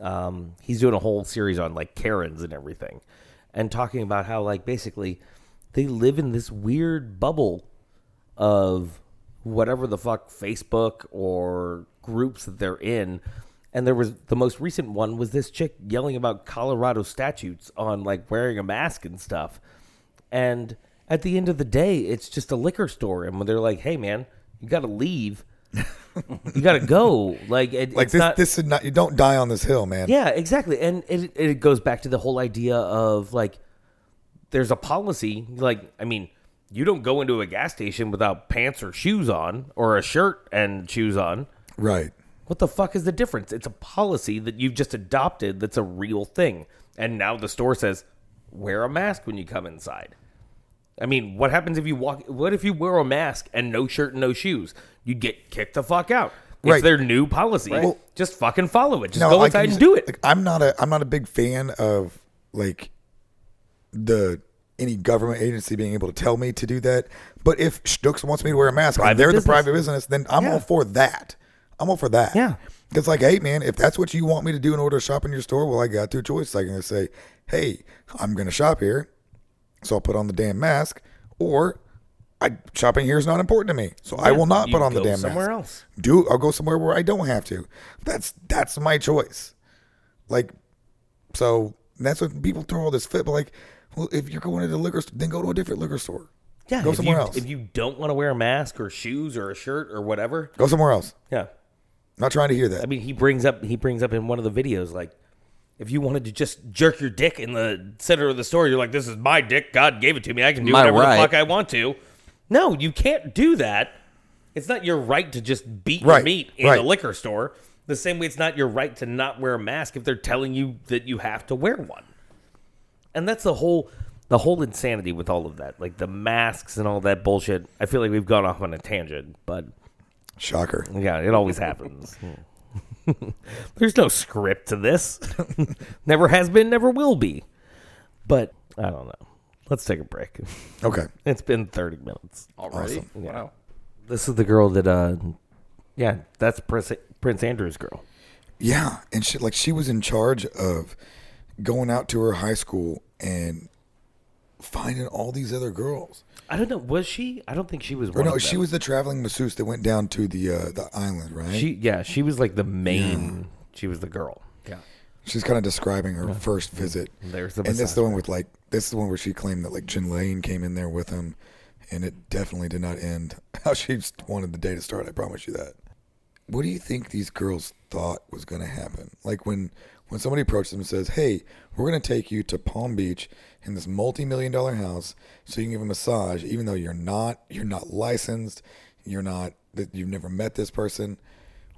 A: Um, he's doing a whole series on like Karens and everything and talking about how like basically they live in this weird bubble of whatever the fuck Facebook or groups that they're in. And there was the most recent one was this chick yelling about Colorado statutes on like wearing a mask and stuff. And at the end of the day, it's just a liquor store. And when they're like, hey, man, you got to leave, you got to go. Like, it,
C: [LAUGHS] Like
A: it's
C: this,
A: not,
C: this is not. You don't die on this hill, man.
A: yeah, exactly. And it, it goes back to the whole idea of like, there's a policy. Like, I mean, you don't go into a gas station without pants or shoes on or a shirt and shoes on.
C: Right.
A: What the fuck is the difference? It's a policy that you've just adopted that's a real thing. And now the store says, wear a mask when you come inside. I mean, what happens if you walk? What if you wear a mask and no shirt and no shoes? You'd get kicked the fuck out. It's
C: Right.
A: their new policy.
C: Well-
A: just fucking follow it. Just
C: No,
A: go
C: I
A: inside
C: can-
A: and do it.
C: Like, I'm not a I'm not a big fan of like the any government agency being able to tell me to do that. But if Stooks wants me to wear a mask, and they're
A: business.
C: the private business, then I'm
A: Yeah.
C: all for that. I'm all for that.
A: Yeah.
C: It's like, hey man, if that's what you want me to do in order to shop in your store, well, I got two choices. I can either say, hey, I'm gonna shop here, so I'll put on the damn mask, or I shopping here is not important to me, so I will not
A: you
C: put on the
A: go
C: damn
A: somewhere
C: mask.
A: else.
C: Do I'll go somewhere where I don't have to. That's that's my choice. Like, so that's what people throw all this fit. But like, well, if you're going to the liquor, store, then go to a different liquor store.
A: Yeah,
C: go
A: if
C: somewhere
A: you,
C: else.
A: If you don't want to wear a mask or shoes or a shirt or whatever,
C: Go somewhere else.
A: yeah.
C: Not trying to hear
A: I
C: that.
A: mean, he brings up he brings up in one of the videos like, if you wanted to just jerk your dick in the center of the store, you're like, this is my dick. God gave it to me. I can do
B: My
A: whatever
B: right."
A: the fuck I want to. No, you can't do that. It's not your right to just beat your
C: Right,
A: meat in
C: right.
A: the liquor store. The same way, it's not your right to not wear a mask if they're telling you that you have to wear one. and that's the whole the whole insanity with all of that like the masks and all that bullshit i feel like we've gone off on a tangent but
C: Shocker.
A: yeah it always [LAUGHS] happens there's no script to this [LAUGHS] never has been never will be but i don't know let's take a break [LAUGHS]
C: Okay.
A: it's been 30 minutes
B: Already?
C: Awesome.
B: Wow.
A: this is the girl that uh yeah that's prince, prince andrew's girl
C: Yeah, and she like she was in charge of going out to her high school and finding all these other girls.
A: i don't know was she i don't think she was one
C: Or no,
A: of
C: she
A: them.
C: was the traveling masseuse that went down to the uh, the island, right?
A: she yeah she was like the main she was the girl yeah
C: She's kind of describing her first visit.
A: There's the
C: and this is the
A: massage
C: one with like this is the one where she claimed that like Jin Lane came in there with him, and it definitely did not end [LAUGHS] how she just wanted the day to start. I promise you that. What do you think these girls thought was going to happen? Like when when somebody approached them and says, "Hey, we're going to take you to Palm Beach in this multi-million dollar house, so you can give a massage, even though you're not you're not licensed, you're not that you've never met this person."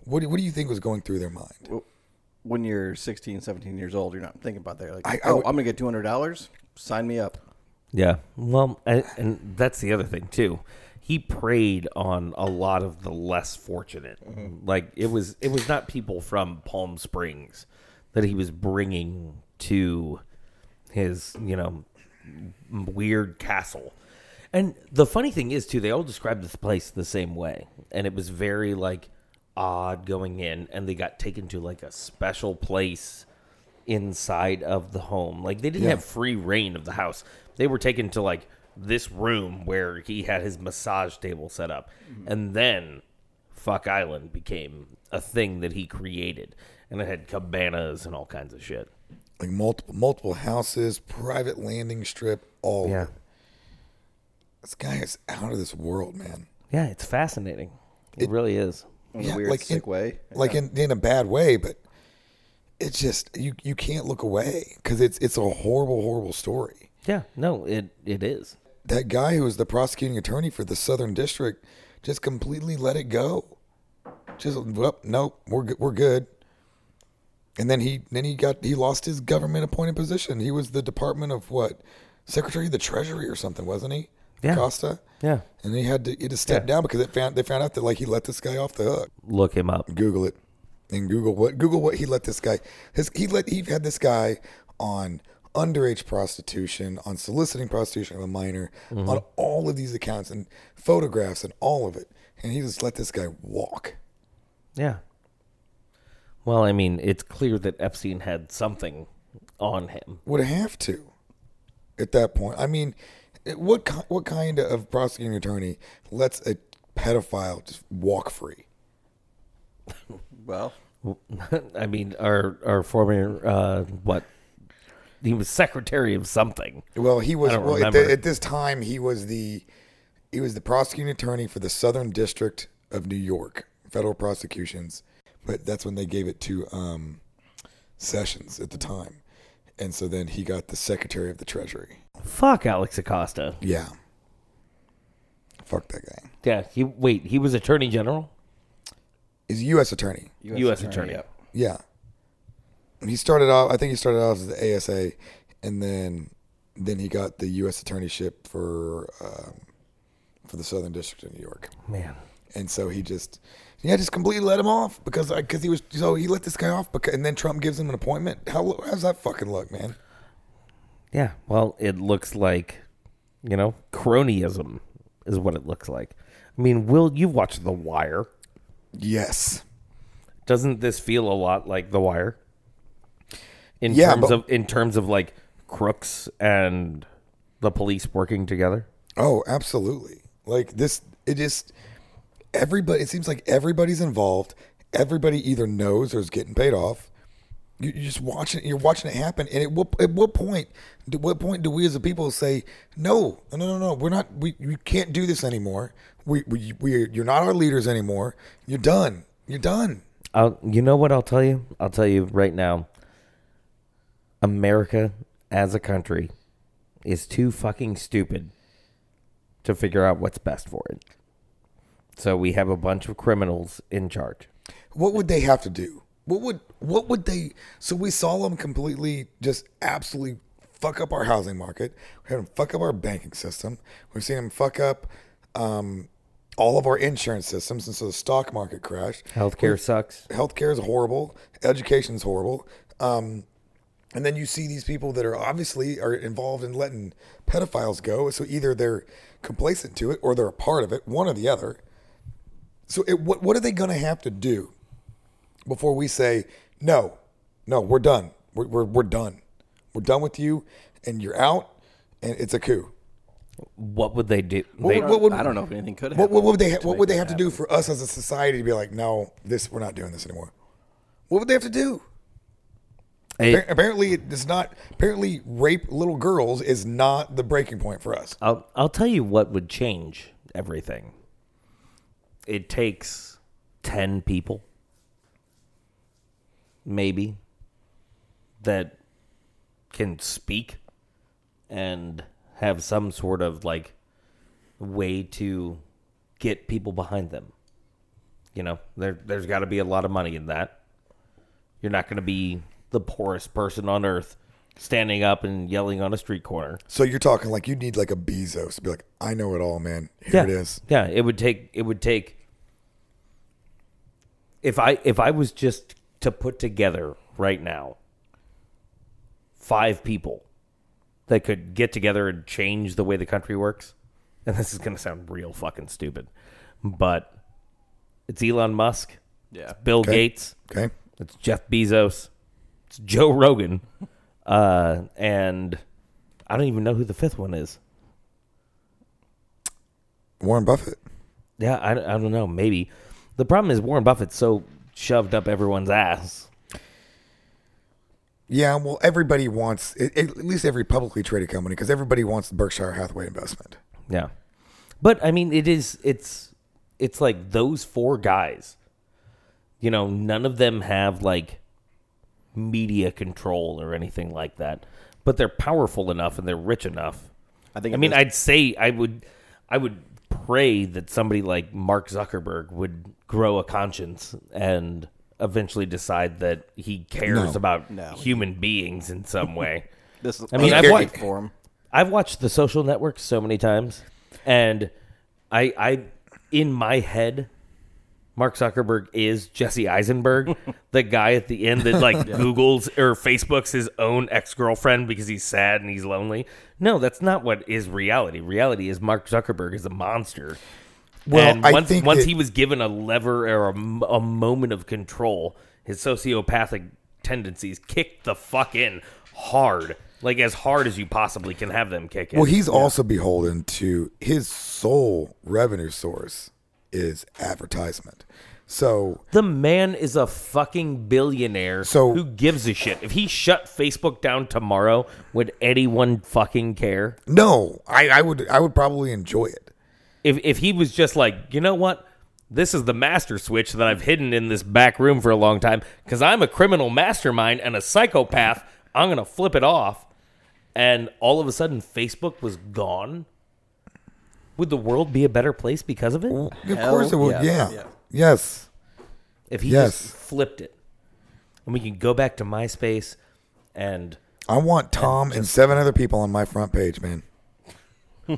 C: What do, what do you think was going through their mind?
B: Well, When you're 16, 17 years old, you're not thinking about that. You're like,
C: I- I
B: oh,
C: would-
B: I'm gonna get two hundred dollars. Sign me up.
A: Yeah. Well, and, and that's the other thing too. He preyed on a lot of the less fortunate. Like it was it was not people from Palm Springs that he was bringing to his, you know, m- weird castle. And the funny thing is too, they all described this place the same way. And it was very like odd going in and they got taken to like a special place inside of the home. Like they didn't
C: Yeah.
A: have free reign of the house. They were taken to like this room where he had his massage table set up. And then Fuck Island became a thing that he created. And it had cabanas and all kinds of shit.
C: like multiple multiple houses, private landing strip, all. of it. This guy is out of this world, man.
A: Yeah, it's fascinating. It, really is.
B: In a weird, sick
C: in,
B: way.
C: Like in, in a bad way, but it's just you you can't look away because it's it's a horrible, horrible story.
A: Yeah, no, it it is.
C: That guy who was the prosecuting attorney for the Southern District just completely let it go. Just well, nope, we're good, we're good. And then he then he got he lost his government appointed position. He was the Department of what Secretary of the Treasury or something, wasn't he?
A: Yeah.
C: Costa.
A: Yeah.
C: And he had to he had to step down because it found they found out that like he let this guy off the hook.
A: Look him up.
C: Google it, and Google what Google what he let this guy. His he let he had this guy on underage prostitution, on soliciting prostitution of a minor, on all of these accounts and photographs and all of it, and he just let this guy walk.
A: Yeah. Well, I mean, it's clear that Epstein had something on him. [LAUGHS]
C: Would have to, at that point. I mean, it- what ki- what kind of prosecuting attorney lets a pedophile just walk free?
B: well,
A: I mean, our our former uh, what he was secretary of something.
C: Well, he was
A: I don't
C: well, at,
A: remember.
C: the, at this time. He was the he was the prosecuting attorney for the Southern District of New York, federal prosecutions. But that's when they gave it to um, Sessions at the time, and so then he got the Secretary of the Treasury.
A: Fuck Alex Acosta.
C: Yeah, fuck that guy.
A: Yeah, he wait, he was attorney general,
C: He's a U.S. attorney.
A: U.S. attorney.
B: yep.
C: Yeah, he started off. I think he started off as the ASA, and then then he got the U.S. attorneyship for um, for the Southern District of New York.
A: man.
C: and so he just yeah just completely let him off because because he was so he let this guy off because and then Trump gives him an appointment. How how's that fucking look, man?
A: Yeah, well, it looks like you know cronyism is what it looks like. I mean, Will, you've watched The Wire.
C: Yes,
A: Doesn't this feel a lot like The Wire? In
C: Yeah,
A: terms
C: but-
A: of in terms of like crooks and the police working together.
C: oh absolutely. Like this, it just everybody. It seems like everybody's involved. Everybody either knows or is getting paid off. You, you're just watching. You're watching it happen. And at what at what point? At what point do we as a people say no, no, no, no? no, We're not. We you can't do this anymore. We we, we you're not our leaders anymore. You're done. You're done.
A: I'll, you know what I'll tell you? I'll tell you right now. America as a country is too fucking stupid to figure out what's best for it. So we have a bunch of criminals in charge.
C: what would they have to do? What would what would they? So we saw them completely, just absolutely fuck up our housing market. We had them fuck up our banking system. We've seen them fuck up um, all of our insurance systems, and so the stock market crashed.
A: Healthcare sucks.
C: Healthcare is horrible. Education is horrible. Um, and then you see these people that are obviously are involved in letting pedophiles go. So either they're complacent to it or they're a part of it, one or the other. So it, what what are they going to have to do before we say no, no, we're done, we're, we're we're done, we're done with you, and you're out, and it's a coup.
A: What would they do?
C: What
A: They-
C: would- what would-
B: I don't know if anything could happen.
C: What, what would they? What
B: make
C: would they
B: that
C: have to do for us as a society to be like, no, this we're not doing this anymore? What would they have to do?
A: Hey,
C: Appar- Apparently, it does not. Apparently, rape little girls is not the breaking point for us.
A: I'll I'll tell you what would change everything. It takes 10 people maybe that can speak and have some sort of like way to get people behind them. You know, there there's got to be a lot of money in that. You're not going to be the poorest person on earth standing up and yelling on a street corner.
C: So you're talking like you need like a Bezos to be like, I know it all, man. Here
A: yeah.
C: it is.
A: Yeah, it would take it would take if I if I was just to put together right now five people that could get together and change the way the country works. And this is going to sound real fucking stupid. But it's Elon Musk,
B: Yeah.
A: Bill
C: Okay.
A: Gates,
C: Okay.
A: it's Jeff Bezos, it's Joe Rogan, uh, and I don't even know who the fifth one is.
C: Warren Buffett.
A: Yeah, I, I don't know. Maybe the problem is Warren Buffett's so shoved up everyone's ass.
C: Yeah, well, everybody wants at at least every publicly traded company because everybody wants the Berkshire Hathaway investment.
A: Yeah, but I mean, it is it's it's like those four guys. You know, none of them have like media control or anything like that, but they're powerful enough and they're rich enough.
B: I
A: I
B: think. if
A: mean,
B: there's-
A: I'd say I would, I would pray that somebody like Mark Zuckerberg would grow a conscience and eventually decide that he cares
C: No.
A: about
B: No.
A: human beings in some way.
B: this is,
A: I mean,
B: I
A: I've
B: like
A: wa-
B: for him.
A: I've watched The Social Network so many times, and I, I, in my head, Mark Zuckerberg is Jesse Eisenberg, the guy at the end that like Googles or Facebooks his own ex girlfriend because he's sad and he's lonely. No, that's not what is reality. Reality is Mark Zuckerberg is a monster.
C: Well,
A: and
C: I
A: once,
C: think
A: once
C: that-
A: he was given a lever or a, m- a moment of control, his sociopathic tendencies kicked the fuck in hard, like as hard as you possibly can have them kick in.
C: Well, he's also beholden to his sole revenue source is advertisement. So
A: The man is a fucking billionaire.
C: So-
A: who gives a shit? If he shut Facebook down tomorrow, would anyone fucking care?
C: no, I, I would I would probably enjoy it.
A: If if he was just like, you know what? This is the master switch that I've hidden in this back room for a long time because I'm a criminal mastermind and a psychopath. I'm gonna flip it off, and all of a sudden, Facebook was gone. Would the world be a better place because of it?
C: Of course it
B: yes,
C: would. yeah.
B: yeah.
C: Yes.
A: If he
C: Yes.
A: just flipped it, and we can go back to MySpace and.
C: I want Tom and seven other people on my front page, man.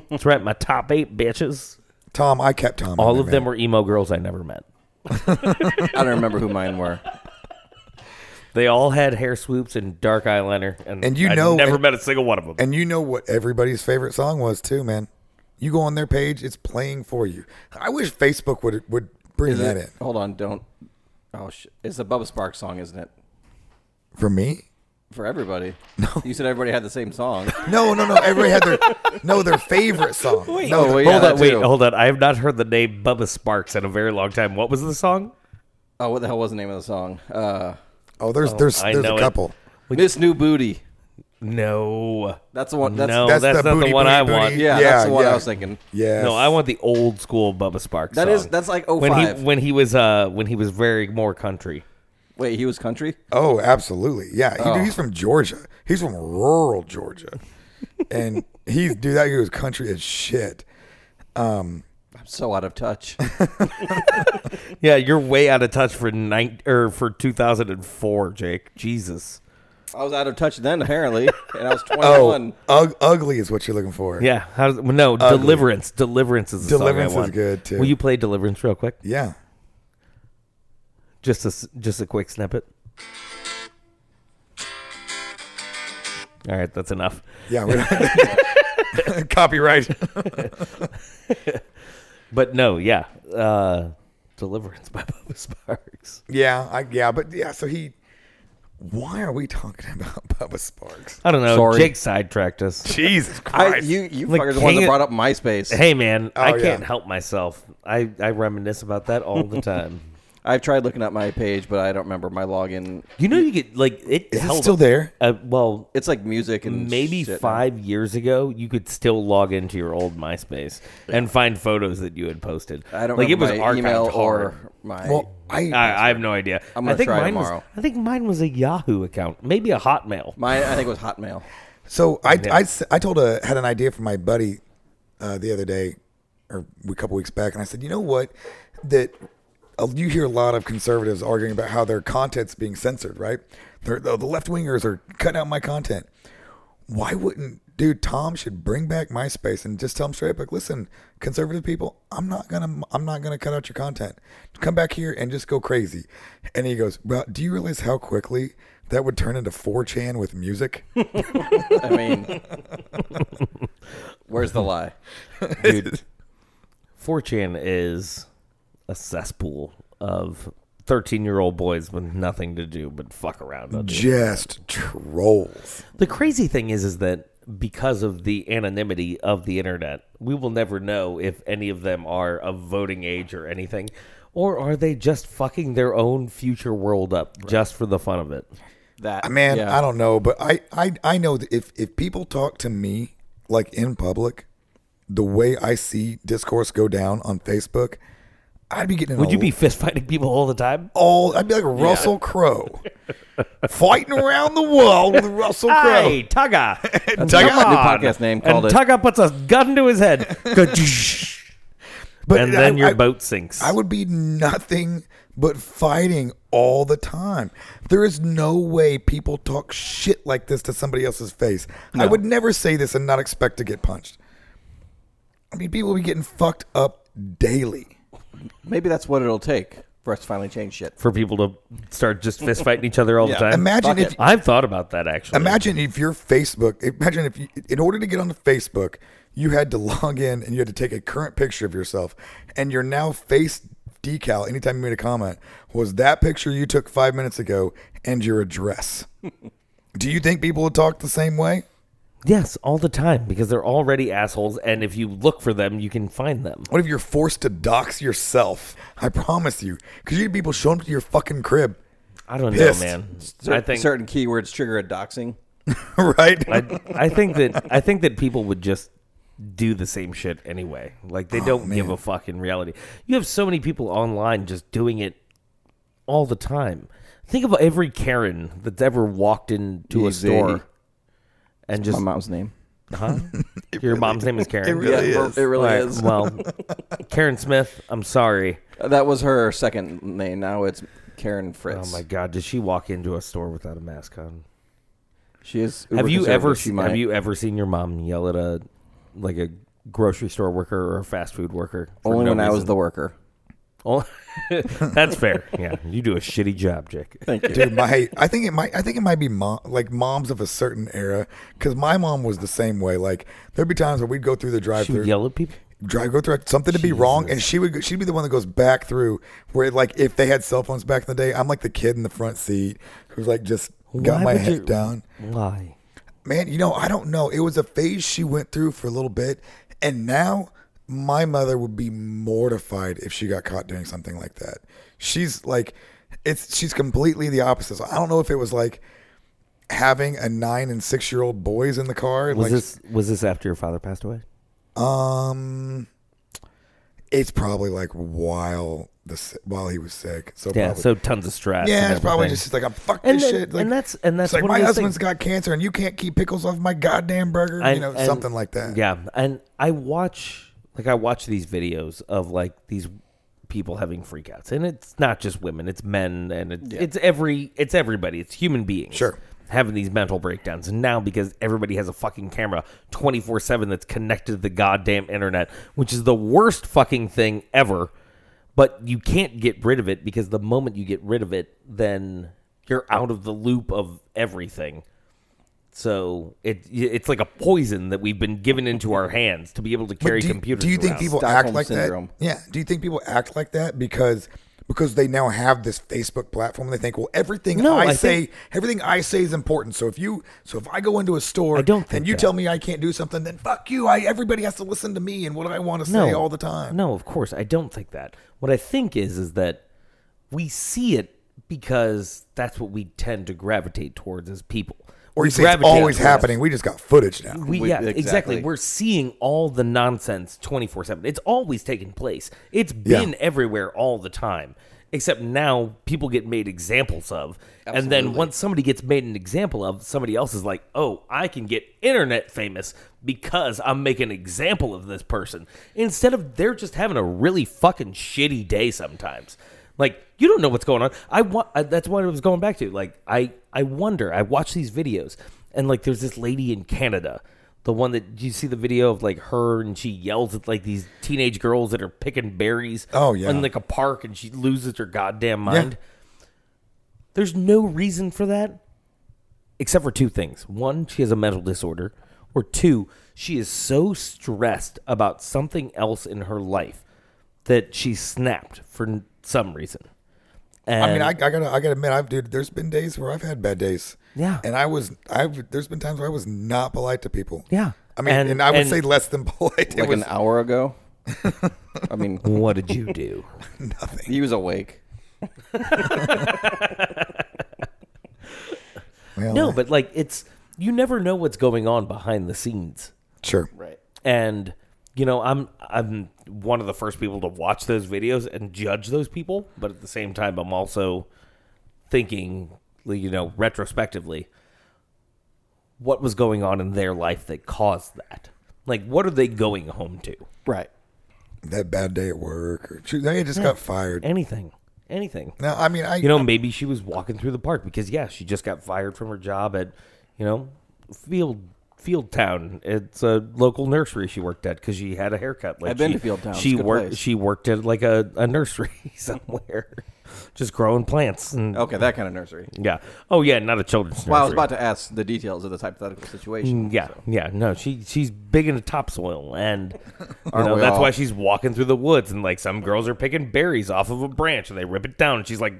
A: That's right, my top eight bitches.
C: Tom, I kept Tom.
A: All of them were emo girls I never met.
B: I don't remember who mine
C: [LAUGHS]
B: were.
A: They all had hair swoops and dark eyeliner, and,
C: And you
A: I
C: know-
A: never
C: and-
A: met a single one of them.
C: And you know what everybody's favorite song was too, man. You go on their page, it's playing for you. I wish Facebook would would bring that in.
B: Hold on, don't. Oh shit! It's the Bubba Sparks song, isn't it?
C: For me?
B: For
C: [LAUGHS]
B: everybody. No. You said everybody had the same song.
C: No, no, no. Everybody had their no their favorite song. no,
B: oh,
C: their-
B: wait,
A: hold
B: yeah,
A: on,
B: that
A: wait,
B: too.
A: hold on. I have not heard the name Bubba Sparks in a very long time. What was the song?
B: Oh, what the hell was the name of the song? Uh,
C: oh, there's there's
A: I
C: there's
A: know
C: a
A: it.
C: couple.
B: Miss New Booty.
A: No,
B: That's the one. That's,
A: no,
C: that's
A: Oh, that's,
C: the
A: not
C: booty,
A: the one
C: booty,
A: I
C: booty.
A: want.
B: Yeah,
C: Yeah,
B: that's the one
C: yeah.
B: I was thinking.
C: Yes.
A: No, I want the old school Bubba Sparks.
B: That
A: That
B: is-
A: is
B: that's like
A: when
C: oh
A: he
B: 05.
A: when he was uh when he was very more country.
B: Wait, he was country.
C: Oh, absolutely. Yeah. He,
B: Oh.
C: dude, he's from Georgia. He's from rural Georgia. and he's dude, that guy was country as shit.
B: I'm so out of touch.
A: Yeah, you're way out of touch for nine or for 2004, Jake. Jesus.
B: I was out of touch then, apparently, and I
A: [LAUGHS]
B: was 21.
C: Oh, ug- ugly is what you're looking for.
A: Yeah. How does, no, Deliverance. Deliverance is the
C: Deliverance
A: song I
C: is
A: want.
C: good, too.
A: Will you play Deliverance real quick?
C: Yeah.
A: Just a s- just a quick snippet. All right, that's enough.
C: Yeah. [LAUGHS] we- Copyright.
A: But no, yeah, uh, Deliverance by [LAUGHS] Bubba Sparks.
C: Yeah, I, yeah, but yeah, so he why are we talking [LAUGHS] about Bubba Sparks?
A: I don't know.
B: Sorry.
A: Jake sidetracked us.
C: Jesus
B: I, you you
A: Like,
B: fuckers are the one
A: king
B: that
A: of-
B: brought up MySpace.
A: Hey, man, I
C: Oh, yeah.
A: can't help myself. I I reminisce about that all the time.
B: I've tried looking up my page, but I don't remember my login.
A: you know, you get like it.
C: Is it
A: held-
C: still there?
A: Uh, well,
B: It's like music and
A: maybe
B: Mm, shit now.
A: five years ago, you could still log into your old MySpace and find photos that you had posted.
B: I don't
A: like
B: remember
A: it was
B: my
A: archived
B: email
A: hard.
B: or my.
C: Well, I,
A: I, I have no idea.
B: I'm
A: I
B: gonna
A: think
B: try
A: mine
B: tomorrow.
A: Was, I think mine was a Yahoo account, maybe a Hotmail.
B: Mine, I think it was Hotmail.
C: so I, I s- I told a had an idea for my buddy uh, the other day or a couple weeks back and I said, "You know what? That uh, you hear a lot of conservatives arguing about how their content's being censored, right? They're, the the left wingers are cutting out my content. Why wouldn't dude Tom should bring back MySpace and just tell him straight up, like, listen, conservative people, I'm not gonna I'm not gonna cut out your content. Come back here and just go crazy. And he goes, well, do you realize how quickly that would turn into 4chan with music? [LAUGHS]
B: I mean, where's the lie?
A: [LAUGHS] Dude, 4chan is a cesspool of 13 year old boys with nothing to do but fuck around. on the
C: just trolls.
A: The crazy thing is, is that because of the anonymity of the internet. We will never know if any of them are of voting age or anything, or are they just fucking their own future world up just for the fun of it?
B: That
C: Uh, Man,
B: yeah.
C: I don't know, but I, I I know that if if people talk to me like in public, the way I see discourse go down on Facebook, I'd be getting. in
A: Would
C: a
A: you be fist fighting people all the time?
C: all? I'd be like Russell Crowe, fighting around the world with Russell
A: [LAUGHS]
C: Crowe.
A: Hey, [LAUGHS] Tugga!
C: Tugga.
A: Come
B: New
A: on.
B: podcast name
A: And
B: called it.
A: Tugga puts a gun to his [LAUGHS] head,
C: But
A: [LAUGHS] and then
C: I-
A: your
C: I-
A: boat sinks.
C: I would be nothing but fighting all the time. There is no way people talk shit like this to somebody else's face. I would never say this and not expect to get punched. I mean, people be getting fucked up daily.
B: Maybe that's what it'll take for us to finally change shit.
A: for people to start just fist fighting each other all
B: Yeah.
A: the time.
C: Imagine
B: Fuck
C: if
B: it.
A: I've thought about that actually.
C: imagine if your Facebook. Imagine if you, in order to get onto Facebook, you had to [LAUGHS] log in and you had to take a current picture of yourself, and your now face decal anytime you made a comment was that picture you took five minutes ago and your address. Do you think people would talk the same way?
A: Yes, all the time because they're already assholes, and if you look for them, you can find them.
C: What if you're forced to dox yourself? I promise you, because you get people showing up to your fucking crib, [LAUGHS]
A: I don't
C: Pissed.
A: know, man.
B: Cer-
A: I think
B: certain keywords trigger a doxing.
C: right?
A: I, I think that I think that people would just do the same shit anyway. Like
C: Oh,
A: they don't give a fuck in reality. You have so many people online just doing it all the time. Think of every Karen that's ever walked into a
B: Easy.
A: store and just
B: My mom's name.
A: huh? Your mom's name is Karen.
C: it really
B: Yeah,
C: is.
B: it really
A: All right,
B: is.
A: Well, Karen Smith, I'm sorry.
B: That was her second name. Now it's Karen
A: Oh
B: Fritz.
A: my God, did she walk into a store without a mask on?
B: She is.
A: Have you
B: uber-conservative.
A: ever
B: She
A: seen,
B: might.
A: have you ever seen your mom yell at a like a grocery store worker or a fast food worker? for
B: Only
A: no
B: when I was
A: reason?
B: the worker.
A: Oh, [LAUGHS] that's fair. Yeah, you do a shitty job, Jake.
C: [LAUGHS] Dude, my I think it might I think it might be mom like moms of a certain era because my mom was the same way. Like there'd be times where we'd go through the drive
A: She would
C: through,
A: yell at people.
C: drive go through something to be wrong, and she would go- she'd be the one that goes back through where like if they had cell phones back in the day, I'm like the kid in the front seat who's like just got
A: Why
C: my
A: would
C: head
A: you-
C: down.
A: Why?
C: Man, you know I don't know. It was a phase she went through for a little bit, and now my mother would be mortified if she got caught doing something like that. She's like, it's she's completely the opposite. So I don't know if it was like having a nine and six year old boys in the car.
A: Was
C: like,
A: this was this after your father passed away?
C: um, it's probably like while the si- while he was sick. So
A: Yeah,
C: probably,
A: so tons of stress.
C: yeah,
A: and
C: it's probably
A: everything.
C: just she's like I'm fuck
A: And
C: this
A: then-
C: shit. Like,
A: and that's- and that's
C: it's like
A: one of
C: my
A: those
C: husband's
A: things.
C: got cancer and you can't keep pickles off my goddamn burger. you
A: And-
C: know,
A: and-
C: something like that.
A: Yeah, and I watch like I watch these videos of like these people having freakouts, and it's not just women; it's men, and it's it's every it's everybody. It's human beings.
C: Sure.
A: Having these mental breakdowns, and now because everybody has a fucking camera twenty four seven that's connected to the goddamn internet, which is the worst fucking thing ever. But you can't get rid of it because the moment you get rid of it, then you're out of the loop of everything. So it it's like a poison that we've been given into our hands to be able to
C: But
A: carry
C: do, you-
A: computers.
C: Do you think
A: around.
C: people
B: Stockholm
C: act like
B: syndrome.
C: that? Yeah. Do you think people act like that because because they now have this Facebook platform? They think, well, everything
A: No,
C: I,
A: I
C: say,
A: think-
C: everything I say is important. So if you, so if I go into a store
A: I don't think
C: and you
A: that.
C: tell me I can't do something, then fuck you. I everybody has to listen to me and what I want to say all the time.
A: No, of course I don't think that. What I think is is that we see it because that's what we tend to gravitate towards as people.
C: Or
A: We
C: you say it's
A: gravitate
C: always
A: towards-
C: happening. We just got footage now.
A: We,
B: We-
A: yeah,
B: exactly.
A: exactly. We're seeing all the nonsense 24 7. It's always taking place. It's been
C: Yeah.
A: everywhere all the time, except now people get made examples of. And then once somebody gets made an example of, somebody else is like, oh, I can get internet famous because I'm making an example of this person. Instead of they're just having a really fucking shitty day sometimes. Like you don't know what's going on. I want that's what I was going back to. Like I I wonder. I watch these videos and like there's this lady in Canada, the one that do you see the video of like her and she yells at like these teenage girls that are picking berries.
C: Oh, yeah.
A: in like a park and she loses her goddamn mind. There's no reason for that except for two things. One, she has a mental disorder, or two, she is so stressed about something else in her life that she snapped for n- some reason. And
C: I mean, I, I gotta, I gotta admit, I've dude. There's been days where I've had bad days,
A: Yeah.
C: And I was I've there's been times where I was not polite to people.
A: Yeah.
C: I mean,
A: And-
C: and, I would
A: and-
C: say less than [LAUGHS] polite. It
B: like
C: was
B: an
A: [LAUGHS]
B: hour ago. I mean,
A: What did you
C: [LAUGHS]
A: do?
C: nothing.
B: he was awake.
C: Well,
A: no, but like it's you never know what's going on behind the scenes.
C: sure.
B: Right.
A: and you know i'm i'm one of the first people to watch those videos and judge those people but at the same time i'm also thinking you know retrospectively what was going on in their life that caused that like what are they going home to
B: Right.
C: That bad day at work or shoot, they just got fired.
A: anything anything
C: No, I mean I
A: you know maybe she was walking through the park because yeah she just got fired from her job at you know field field town it's a local nursery she worked at because she had a haircut like
B: I've been
A: she,
B: to Field Town. It's
A: she
B: a good
A: worked
B: place.
A: she worked at like a, a nursery [LAUGHS] somewhere just growing plants and
B: Okay, that kind of nursery.
A: yeah oh yeah not a children's nursery
B: Oh. Well, I was about to ask the details of this hypothetical situation.
A: yeah, yeah, no, she she's big into topsoil, and you
B: Aren't
A: know
B: we
A: that's
B: all?
A: why she's walking through the woods, and like some girls are picking berries off of a branch, and they rip it down, and she's like,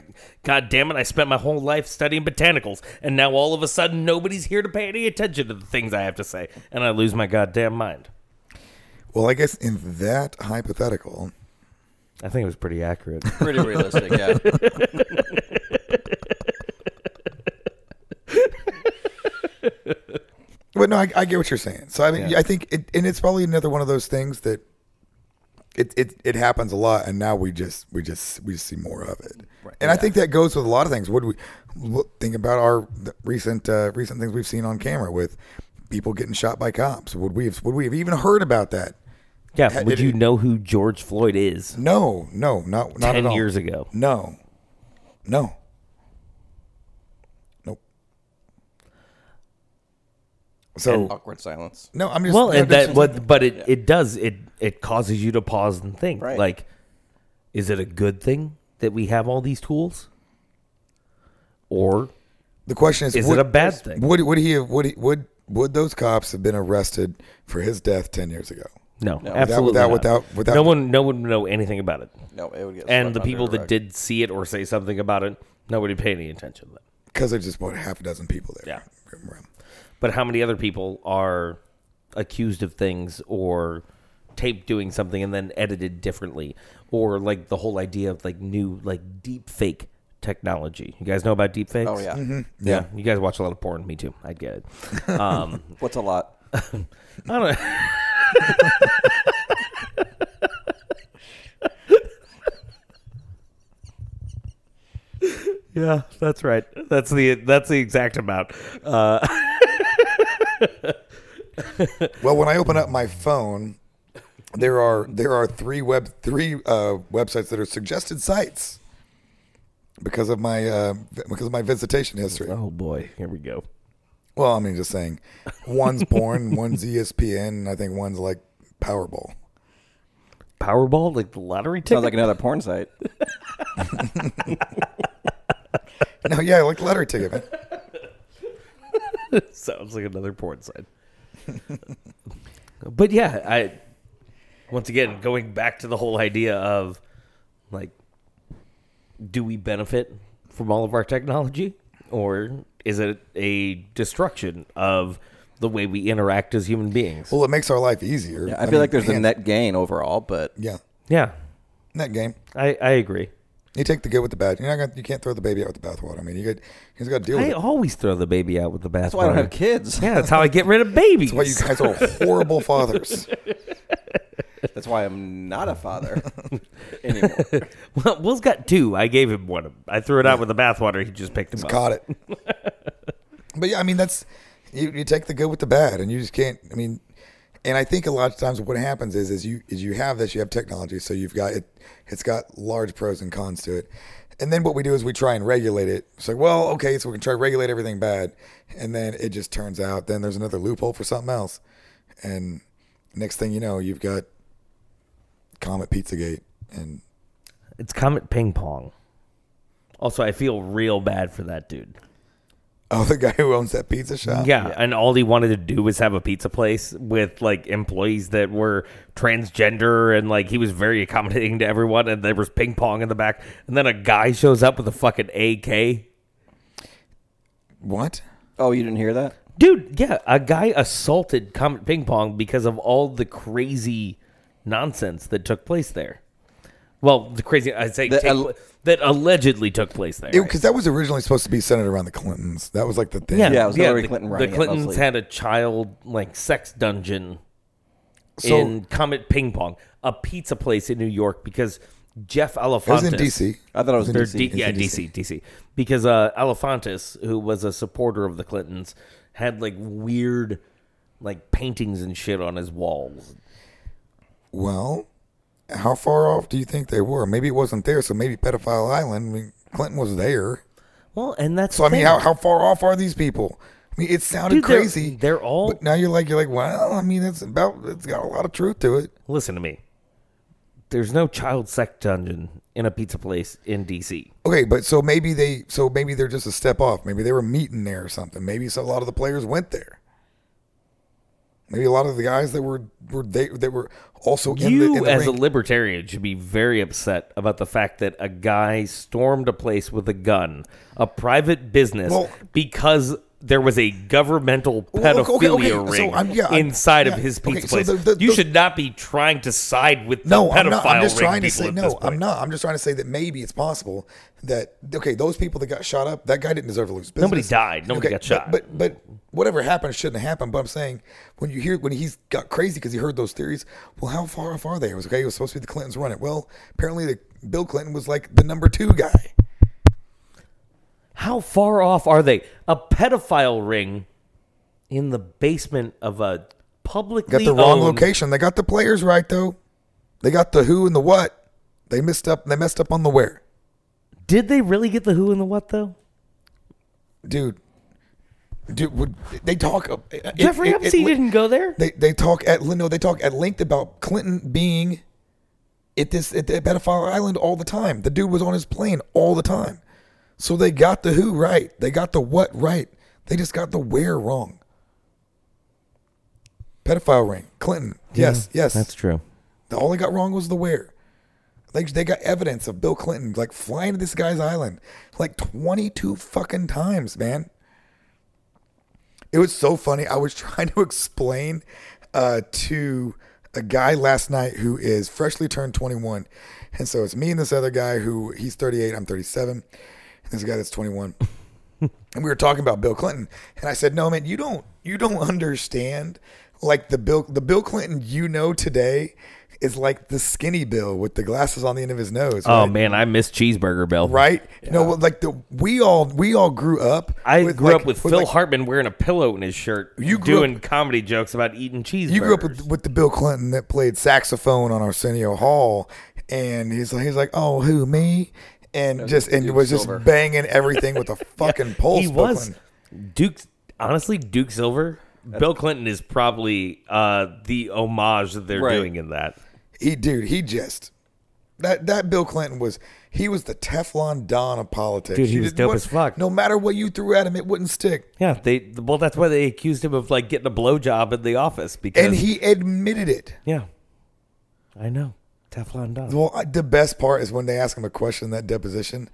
A: "God damn it! I spent my whole life studying botanicals, and now all of a sudden nobody's here to pay any attention to the things I have to say, and I lose my goddamn mind."
C: well, I guess in that hypothetical,
A: I think it was pretty accurate. [LAUGHS]
B: Pretty realistic, yeah.
C: But no, I, I get what you're saying. So I mean, I think, it, and it's probably another one of those things that it, it it happens a lot, and now we just we just we see more of it. And I think that goes with a lot of things. What do we look, think about our the recent uh, recent things we've seen on camera with people getting shot by cops? Would we have would we have even heard about that?
A: yeah, would
C: it-
A: you know who George Floyd is?
C: No, no, not not
A: Ten
C: at all.
A: years ago,
C: No, no, nope. So
B: Awkward silence.
C: no, I'm just
A: uh, well,
C: no,
A: and
C: that's-
A: that what, but it, it does it it causes you to pause and think
B: Right.
A: like, is it a good thing that we have all these tools, or
C: The question is,
A: is
C: would,
A: it a bad thing?
C: Would would he have would he, would would those cops have been arrested for his death ten years ago?
A: no, absolutely
C: without-
A: not.
C: without- without-
A: no one no one would know anything about it,
B: No, it would get.
A: and
B: swept
A: the
B: under
A: people that
B: rug.
A: did see it or say something about it, nobody paid any attention to that.
C: Because there's just what half a dozen people there. Yeah.
A: But how many other people are accused of things or taped doing something and then edited differently? Or like the whole idea of like new like deep fake technology. You guys know about deep fakes?
B: Oh yeah.
A: yeah. You guys watch a lot of porn, me too. I get [LAUGHS] it. Um
B: What's a lot?
A: I don't know. [LAUGHS] yeah, that's right. That's the that's the exact amount. Uh
C: Well, when I open up my phone, there are there are three web three uh, websites that are suggested sites because of my uh, because of my visitation history.
A: oh boy, here we go.
C: Well, I mean, just saying, one's porn, [LAUGHS] one's E ESPN, and I think one's like Powerball.
A: Powerball, like the lottery ticket.
B: Sounds like another porn site.
C: No, yeah, like lottery ticket. Man.
A: Sounds like another porn site. but yeah, I once again going back to the whole idea of like do we benefit from all of our technology or is it a destruction of the way we interact as human beings?
C: Well, it makes our life easier.
B: I feel like there's a
C: man,
B: net gain
A: [LAUGHS]
B: overall, but
C: Yeah,
A: yeah.
C: net game.
A: I, I agree.
C: You take the good with the bad. You're not gonna, you can't throw the baby out with the bathwater. I mean, you got he's got to deal with
A: I
C: it.
A: always throw the baby out with the bathwater.
B: that's why I don't have kids.
A: Yeah, that's how I get rid
B: [LAUGHS]
A: of babies.
C: That's why you guys are horrible fathers.
B: That's why I'm not
A: [LAUGHS]
B: a father anymore.
A: [LAUGHS] Well, Will's got two. I gave him one. I threw it out with the bathwater. He just picked him up.
C: Caught it. [LAUGHS] But yeah, I mean that's you, you take the good with the bad, and you just can't. I mean, and I think a lot of times what happens is is you is you have this, you have technology, so you've got it. It's got large pros and cons to it. And then what we do is we try and regulate it. It's like, well, okay, so we can try to regulate everything bad, and then it just turns out then there's another loophole for something else, and next thing you know, you've got Comet Pizzagate and [LAUGHS]
A: It's Comet Ping Pong. Also, I feel real bad for that dude.
C: Oh, the guy who owns that pizza shop.
A: Oh, Yeah, and all he wanted to do was have a pizza place with like employees that were transgender, and like he was very accommodating to everyone. And there was ping pong in the back, and then a guy shows up with a fucking AK.
C: What?
B: Oh, you didn't hear that?
A: Dude, yeah, a guy assaulted Comet Ping Pong because of all the crazy nonsense that took place there. Well, the crazy I say
B: That
A: take
B: al-
A: pla- that allegedly took place there. right?
C: Because that was originally supposed to be centered around the Clintons. That was like the thing.
B: Yeah, it was Hillary
A: the,
B: Clinton
A: The
B: running it
A: Clintons
B: mostly.
A: had a child like sex dungeon
C: So-
A: in Comet Ping Pong, a pizza place in New York, because Jeff
C: It was
A: Elefantis.
C: in DC.
B: I thought it was
C: in
A: Or
B: their
C: DC.
A: D-
C: It's
A: yeah,
C: in
A: DC, DC. Because uh, Elefantis, who was a supporter of the Clintons, had like weird, like paintings and shit on his walls.
C: Well, how far off do you think they were? Maybe it wasn't there, so maybe Pedophile Island. I mean, Clinton was there.
A: Well, and that's
C: So I
A: the
C: mean,
A: thing.
C: how, how far off are these people? I mean, it sounded
A: Dude, they're-
C: crazy.
A: they're all-
C: But now you're like you're like, well, I mean, that's about. It's got a lot of truth to it.
A: listen to me. There's no child sex dungeon in a pizza place in DC.
C: Okay, but so maybe they, so maybe they're just a step off. Maybe they were meeting there or something. Maybe so a lot of the players went there. Maybe a lot of the guys that were were they that were also in the,
A: You,
C: in the
A: as a
C: ring.
A: libertarian, should be very upset about the fact that a guy stormed a place with a gun, a private business,
C: Well-
A: because there was a governmental
C: Well,
A: pedophilia
C: okay, okay, okay, so
A: ring
C: I'm- yeah, I'm-
A: inside
C: yeah,
A: of his
C: okay,
A: pizza
C: so
A: place.
C: the- the-
A: you
C: the-
A: should not be trying to side with
C: no,
A: the
C: I'm
A: pedophile
C: not. I'm just
A: ring
C: trying to
A: people
C: say
A: at this
C: no. I'm
A: point.
C: not. I'm just trying to say that maybe it's possible that okay, those people that got shot up, that guy didn't deserve to lose business.
A: Nobody died. Nobody got
C: but-
A: shot.
C: But, but whatever happened shouldn't have happened. But I'm saying when you hear when he's got crazy because he heard those theories. Well, how far off are they? It was okay. It was supposed to be the Clintons run it. Well, apparently the Bill Clinton was like the number two guy.
A: How far off are they? A pedophile ring in the basement of a publicly
C: Got the wrong
A: owned-
C: location. They got the players right though. They got the who and the what. They missed up. They messed up on the where.
A: Did they really get the who and the what though?
C: dude. Dude, would, they talk. uh, it-
A: Jeffrey
C: it- it-
A: Epstein didn't go there.
C: They they talk at no, they talk at length about Clinton being at this at, at pedophile island all the time. The dude was on his plane all the time, so they got the who right, they got the what right, they just got the where wrong. Pedophile ring, Clinton. yes, yes,
A: true.
C: all they got wrong was the where. Like they got evidence of Bill Clinton like flying to this guy's island like 22 fucking times, man. It was so funny. I was [LAUGHS] trying to explain uh, to a guy last night who is freshly turned 21. And so it's me and this other guy who he's 38, I'm 37. And this guy
A: [LAUGHS]
C: that's 21 and we were talking about Bill Clinton, and I said, "No, man, you don't, you don't understand. Like the Bill, the Bill Clinton you know today is like the skinny Bill with the glasses on the end of his nose.
A: Oh
C: right?
A: man, I miss Cheeseburger Bill.
C: right? No, well, like the we all we all grew up.
A: I grew
C: like-
A: up with Phil
C: like-
A: Hartman wearing a pillow in his shirt,
C: You grew
A: doing comedy jokes about eating cheeseburgers.
C: You grew up with, with the Bill Clinton that played saxophone on Arsenio Hall, and he's like, he's like, oh, who me? And just and was just
B: Silver.
C: banging everything with a fucking pulse.
A: he
C: Bill
A: was
C: Clinton.
A: Duke. Honestly, Duke Silver. Bill Clinton is probably uh, the homage that they're
B: Right.
A: doing in that.
C: He dude, he just that that Bill Clinton was he was the Teflon Don of politics.
A: Dude, he
C: You
A: was
C: did-
A: dope
C: what-
A: as fuck.
C: No matter what you threw at him, it wouldn't stick.
A: Yeah, they well, that's why they accused him of like getting a blowjob in the office because
C: And he admitted it.
A: yeah, I know Teflon Don.
C: Well, I- the best part is when they ask him a question in that deposition,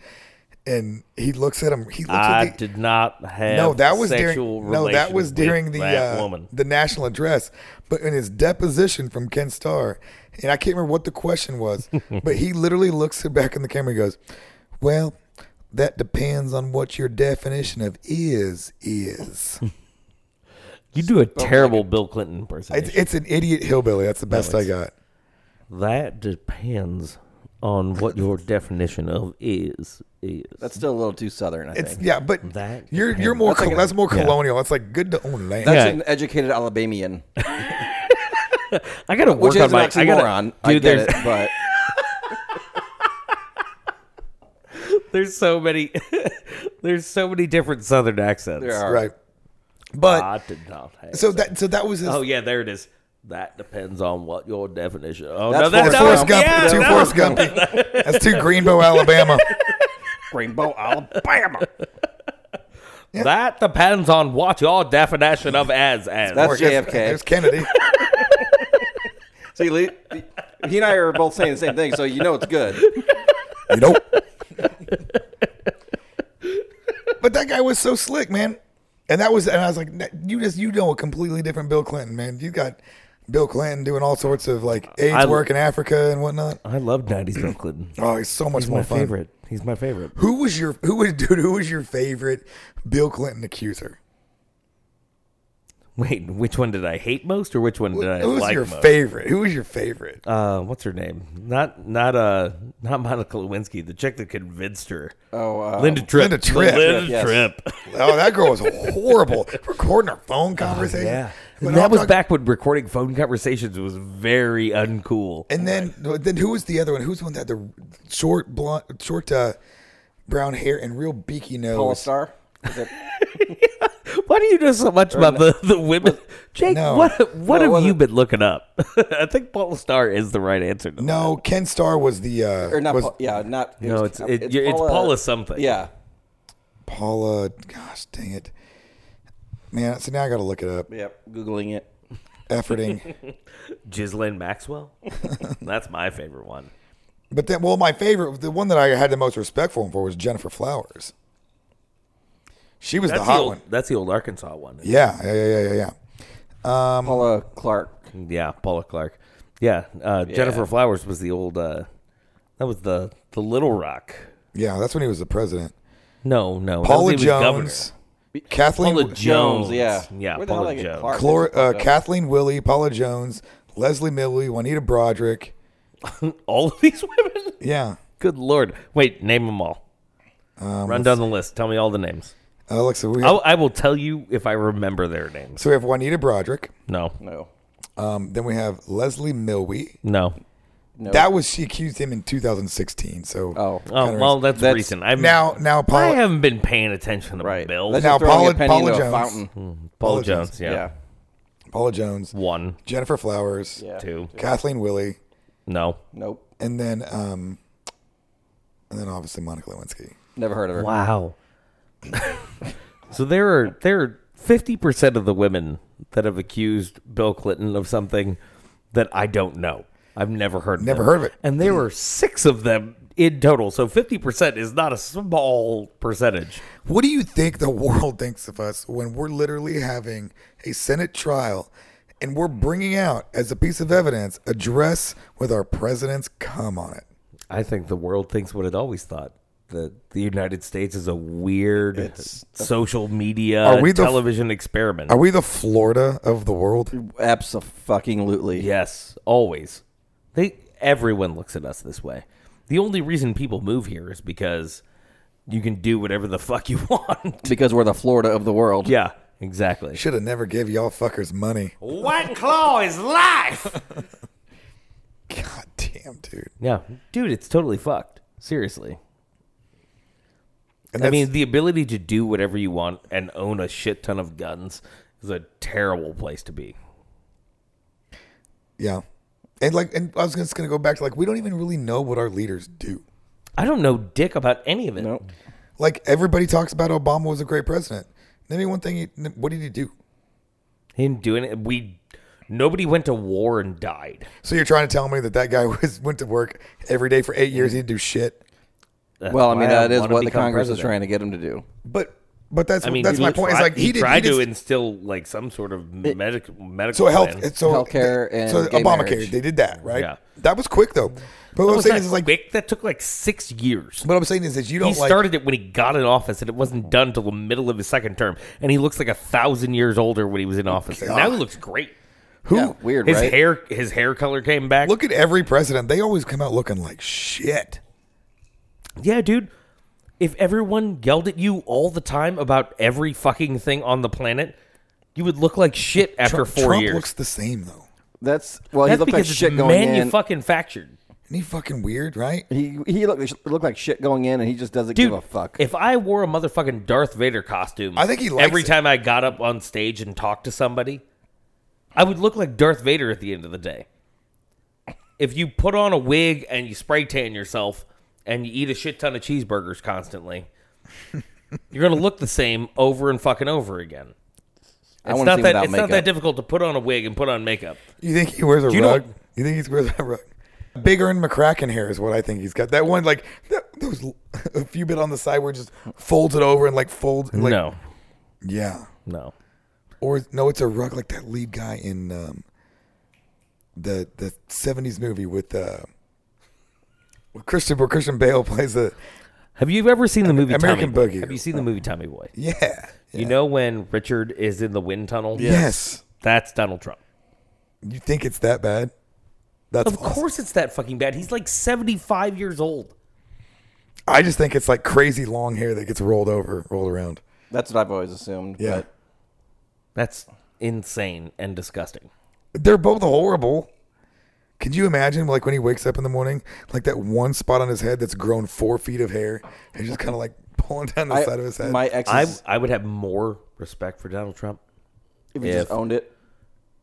C: and he looks at him. He looks
A: I
C: at the,
A: did not have
C: no, that was during
A: sexual
C: no, that was
A: relations
C: during
A: with
C: the
A: that
C: uh,
A: woman.
C: the national address. But in his deposition from Ken Starr, and I can't remember what the
A: [LAUGHS]
C: question was, but he literally looks back in the camera and goes, "Well, that depends on what your definition of is
A: [LAUGHS]
C: is."
A: You do a terrible Bill Clinton impersonation.
C: It's, it's an idiot hillbilly. That's the best I got.
A: That depends on what your definition of is is.
B: That's still a little too southern, I
C: It's
B: think.
C: yeah, but
A: That
C: you're you're more
B: That's
C: that's,
B: like a-
C: that's more
A: yeah.
C: colonial. That's like good to own land.
B: That's
A: Yeah.
B: an educated Alabamian,
A: I gotta work
B: which is
A: on
B: an
A: my. I gotta,
B: oxymoron. I
A: dude,
B: get
A: there's
B: it,
A: [LAUGHS]
B: but
A: there's so many, [LAUGHS] there's so many different Southern accents.
B: there are.
C: right. But
A: I did not have.
C: so that so that was his
A: Uh, oh yeah, there it is. That depends on what your definition. Oh
B: That's
A: no, that's
B: Forrest
A: no,
C: Forrest Gump.
A: yeah,
C: too
A: no.
C: Forrest
A: [LAUGHS]
C: Gump. That's too Greenbow, Alabama.
B: Greenbow, Alabama.
A: That depends on what your definition of as as.
B: That's
C: There's-
B: JFK.
C: There's Kennedy.
B: [LAUGHS] See, Lee, he and I are both saying the same thing, so you know it's good.
C: You know. but that guy was so slick, man. And that was, and I was like, "N- you just, you know, a completely different Bill Clinton, man. You got Bill Clinton doing all sorts of like AIDS
A: I-
C: work in Africa and whatnot.
A: I loved '90s Bill Clinton.
C: Oh, he's so much
A: He's
C: more
A: my
C: fun.
A: favorite. He's my favorite.
C: Who was your, who was, [LAUGHS] dude, who was your favorite Bill Clinton accuser?
A: Wait, which one did I hate most, or which one did I
C: who was
A: like
C: your
A: most?
C: favorite? Who was your favorite?
A: uh, what's her name? Not not uh not Monica Lewinsky, the chick that convinced her.
B: Oh, uh,
A: Linda Tripp.
C: Linda Tripp.
A: Linda
B: Yes.
A: Tripp.
C: [LAUGHS] oh, that girl was horrible. [LAUGHS] Recording our phone conversation. But
A: Oh, that
C: I'm
A: was
C: talking-
A: back when recording phone conversations was very uncool.
C: And then, then who was the other one? Who's the one that had the short blonde, short uh, brown hair and real beaky nose?
B: Paula Star. Is it-
A: Why do you know so much about the, the
C: [LAUGHS]
A: women? Jake,
C: No.
A: what what
B: No, it
A: have you
B: wasn't-
A: been looking up? [LAUGHS] I think Paul Star is the right answer. To that.
C: No, Ken Starr was the uh,
B: or not?
C: was
B: Paul- yeah, not. it
A: No,
B: was-
A: it's- it- you're- it's Paula something.
B: Yeah,
C: Paula. Gosh, dang it, man! So now I got to look
A: [LAUGHS]
C: it up.
B: yep. Googling it.
C: Efforting,
A: Ghislaine
C: [LAUGHS]
A: Maxwell. That's my favorite one.
C: but then, well, my favorite, the one that I had the most respect for him for was Jennifer Flowers. She was
A: That's
C: the hot
A: old,
C: one.
A: That's the old Arkansas one.
C: Yeah, yeah, yeah, yeah, yeah.
B: Paula Clark.
A: Yeah, Paula Clark. Yeah, uh, Jennifer Flowers was the old. Uh, that was the the Little Rock.
C: Yeah, that's when he was the president.
A: No, no, that was
C: Paula
A: when he was governor.
C: Jones, Kathleen,
A: Paula Jones.
B: yeah.
A: yeah,
B: Where the hell
A: Paula
B: did [LAUGHS] I get
A: Jones.
B: Clark?
C: Clor- uh, Kathleen Willie, Paula Jones, Leslie Milley, Juanita Broderick.
A: [LAUGHS] All of these women.
C: Yeah,
A: Good lord! Wait, name them all. Run down the list. Tell me all the names.
C: Alexa. We
A: I,
C: have,
A: I will tell you if I remember their names.
C: so we have Juanita Broderick.
A: No,
B: No,
C: Um, then we have Leslie Milley.
A: no.
B: no.
C: That was she accused him in 2016. So
B: oh,
A: Oh,
C: Kinda
A: well, that's,
B: that's-
A: recent. I'm,
C: now now
A: I
C: Paula
A: haven't been paying attention to
B: right.
A: Bill.
B: That's
C: Now,
B: just throwing
C: Paula-
B: a penny
C: Paula
B: into
C: Jones.
B: a fountain.
A: Paul
C: Paula Jones.
A: Jones.
B: Yeah,
A: Yeah,
B: Hmm. yeah.
C: Paula Jones,
A: one,
C: Jennifer Flowers,
A: two.
C: Kathleen Willie,
A: No.
B: Nope.
C: and then um, and then obviously Monica Lewinsky.
B: Never heard of her.
A: Wow. so there are there are fifty percent of the women that have accused Bill Clinton of something that I don't know. I've never heard. Of
C: Never
A: them.
C: heard of it.
A: And there were six of them in total. So fifty percent is not a small percentage.
C: What do you think the [LAUGHS] world thinks of us when we're literally having a Senate trial and we're bringing out as a piece of evidence a dress with our president's cum on it?
A: I think the world thinks what it always thought. That the United States is a weird social media
C: Are we the f-
A: television experiment.
C: Are we the Florida of the world?
B: Absolutely.
A: Yes, always. They everyone looks at us this way. The only reason people move here is because you can do whatever the [LAUGHS] fuck you want.
B: Because we're the Florida of the world.
A: yeah, exactly.
C: Should have never gave y'all fuckers money.
A: White Claw is life.
C: God damn, dude.
A: [LAUGHS] yeah, dude, it's totally fucked. Seriously.
C: And
A: I
C: that's-
A: mean, the ability to do whatever you want and own a shit ton of guns is a terrible place to be.
C: Yeah. And like, and I was just gonna go back to like, we don't even really know what our leaders do.
A: I don't know dick about any of it.
B: Nope.
C: Like everybody talks about Obama was a great president. Name me one thing. He, what did he do?
A: He didn't do any we nobody went to war and died.
C: So you're trying to tell me that that guy [LAUGHS] was went to work every day for eight years. He didn't do shit.
A: That's
B: Well, I
A: why
B: mean, that is
A: wanna
B: what the
A: become
B: Congress is
A: president.
B: trying to get him to do.
C: But but that's
A: I mean,
C: that's
A: he
C: my point. It's
A: tried-
C: like he,
A: he
C: did,
A: tried
C: he did,
A: to instill like some sort of medic, medical.
C: so health
A: plan.
C: so
B: Healthcare and
C: so
B: gay
C: Obamacare.
B: marriage.
C: They did that right.
A: Yeah.
C: That was quick though. But what
A: That
C: I'm
A: was
C: saying
A: not
C: is like
A: quick. That took like six years.
C: what I'm saying is that
A: He
C: you don't like
A: started it when he got in office, and it wasn't done till the middle of his second term. And he looks like a thousand years older when he was in
C: Oh,
A: office. And now he looks great.
C: who
B: Yeah, weird,
A: His
B: right?
A: hair, his hair color came back.
C: look at every president. They always come out looking like shit.
A: yeah, dude. If everyone yelled at you all the time about every fucking thing on the planet, you would look like shit after
C: Trump,
A: four
C: Trump
A: years.
C: looks the same though.
B: That's well, he
A: That's
B: looked
A: because
B: like
A: it's
B: shit going in.
A: manufactured.
C: Isn't he fucking weird? Right.
B: He he looked looked like shit going in, and he just doesn't give a fuck.
A: If I wore a motherfucking Darth Vader costume,
C: I think he likes
A: every
C: it.
A: time I got up on stage and talked to somebody, I would look like Darth Vader at the end of the day. If you put on a wig and you spray tan yourself and you eat a shit ton of cheeseburgers constantly, [LAUGHS] you're gonna look the same over and fucking over again.
B: I
A: It's
B: want to
A: not
B: see
A: that
B: without
A: it's
B: makeup.
A: not that difficult to put on a wig and put on makeup.
C: You think he wears a
A: you know-
C: rug? you think he wears a rug? Bigger and McCracken hair is what I think he's got. That one, like that, [LAUGHS] those, a few bit on the side where it just folds it over and like folds. And, like,
A: no,
C: Yeah.
A: No.
C: Or no, it's a rug like that lead guy in um, the the seventies movie with uh, with Christian where Christian Bale [LAUGHS] plays the
A: Have you ever seen the movie
C: American
A: Tommy Boy?
C: Boogie.
A: Have you seen the movie Tommy Boy?
C: yeah.
A: You know when Richard is in the wind tunnel?
C: Yes.
A: That's Donald Trump.
C: You think it's that bad? That's
A: Of
C: awesome.
A: course it's that fucking bad. He's like 75 years old.
C: I just think it's like crazy long hair that gets rolled over, rolled around.
B: That's what I've always assumed.
C: Yeah.
B: But
A: That's insane and disgusting.
C: They're both horrible. Can you imagine, like, when he wakes up in the morning, like that one spot on his head that's grown four feet of hair and just kind of like pulling down the
B: I-
C: side of his head?
B: my exes,
A: I I would have more respect for Donald Trump
B: if he just
A: if-
B: owned it,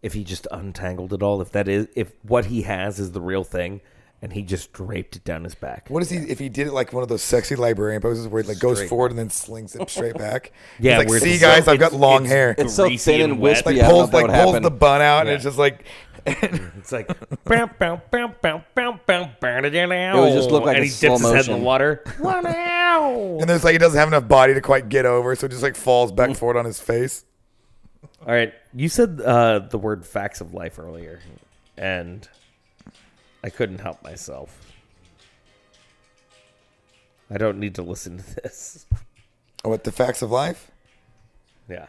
A: if he just untangled it all, if that is if what he has is the real thing and he just draped it down his back.
C: what is he if he did it like one of those sexy librarian poses where he like goes
A: Straight.
C: forward and then slings it straight back?
A: [LAUGHS] Yeah,
C: He's like,
A: where
C: see,
A: it's so-
C: guys, I've got
A: it's-
C: long
A: it's-
C: hair.
B: it's so
A: greasy
B: thin
A: and
B: and
A: wet.
B: wispy.
C: like
B: I don't know if
C: pulls,
B: that
C: like
B: would
C: pulls
B: happen.
C: the bun out, and
A: Yeah.
C: it's just like
A: It's like bow, bow, bow, bow, bow, bow, bow, da, da, da,
B: It would just look like
A: and he
B: it's slow
A: dips his head in
B: motion.
A: the water. Wow.
C: And there's like he doesn't have enough body to quite get over, so it just like falls back forward on his face.
A: All right, you said uh, the word "facts of life" earlier, and I couldn't help myself. I don't need to listen to this. [LAUGHS]
C: Oh, what the facts of life?
A: Yeah,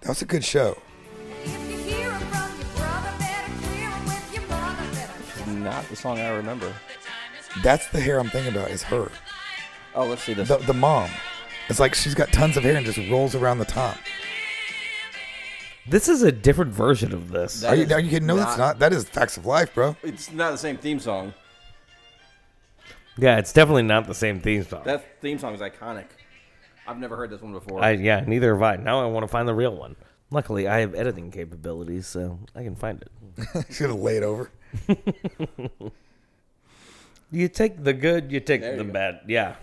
C: That was a good show.
D: If you hear 'em from your brother, better clear 'em with your mother. Better
B: Not the song I remember.
C: That's the hair I'm thinking about. Is her
B: Oh, let's see this.
C: the the mom? It's like she's got tons of hair and just rolls around the top.
A: this is a different version of this.
B: That
C: Are you,
B: is
C: are you kidding? No, that's not. That is facts of life, bro. [LAUGHS]
B: It's not the same theme song.
A: yeah, it's definitely not the same theme song.
B: That theme song is iconic. I've never heard this one before.
A: I, yeah, neither have I. Now I want to find the real one. Luckily, I have editing capabilities, so I can find it.
C: She's gonna lay it over.
A: You take the good, you take
B: There
A: the
B: you go.
A: bad. Yeah,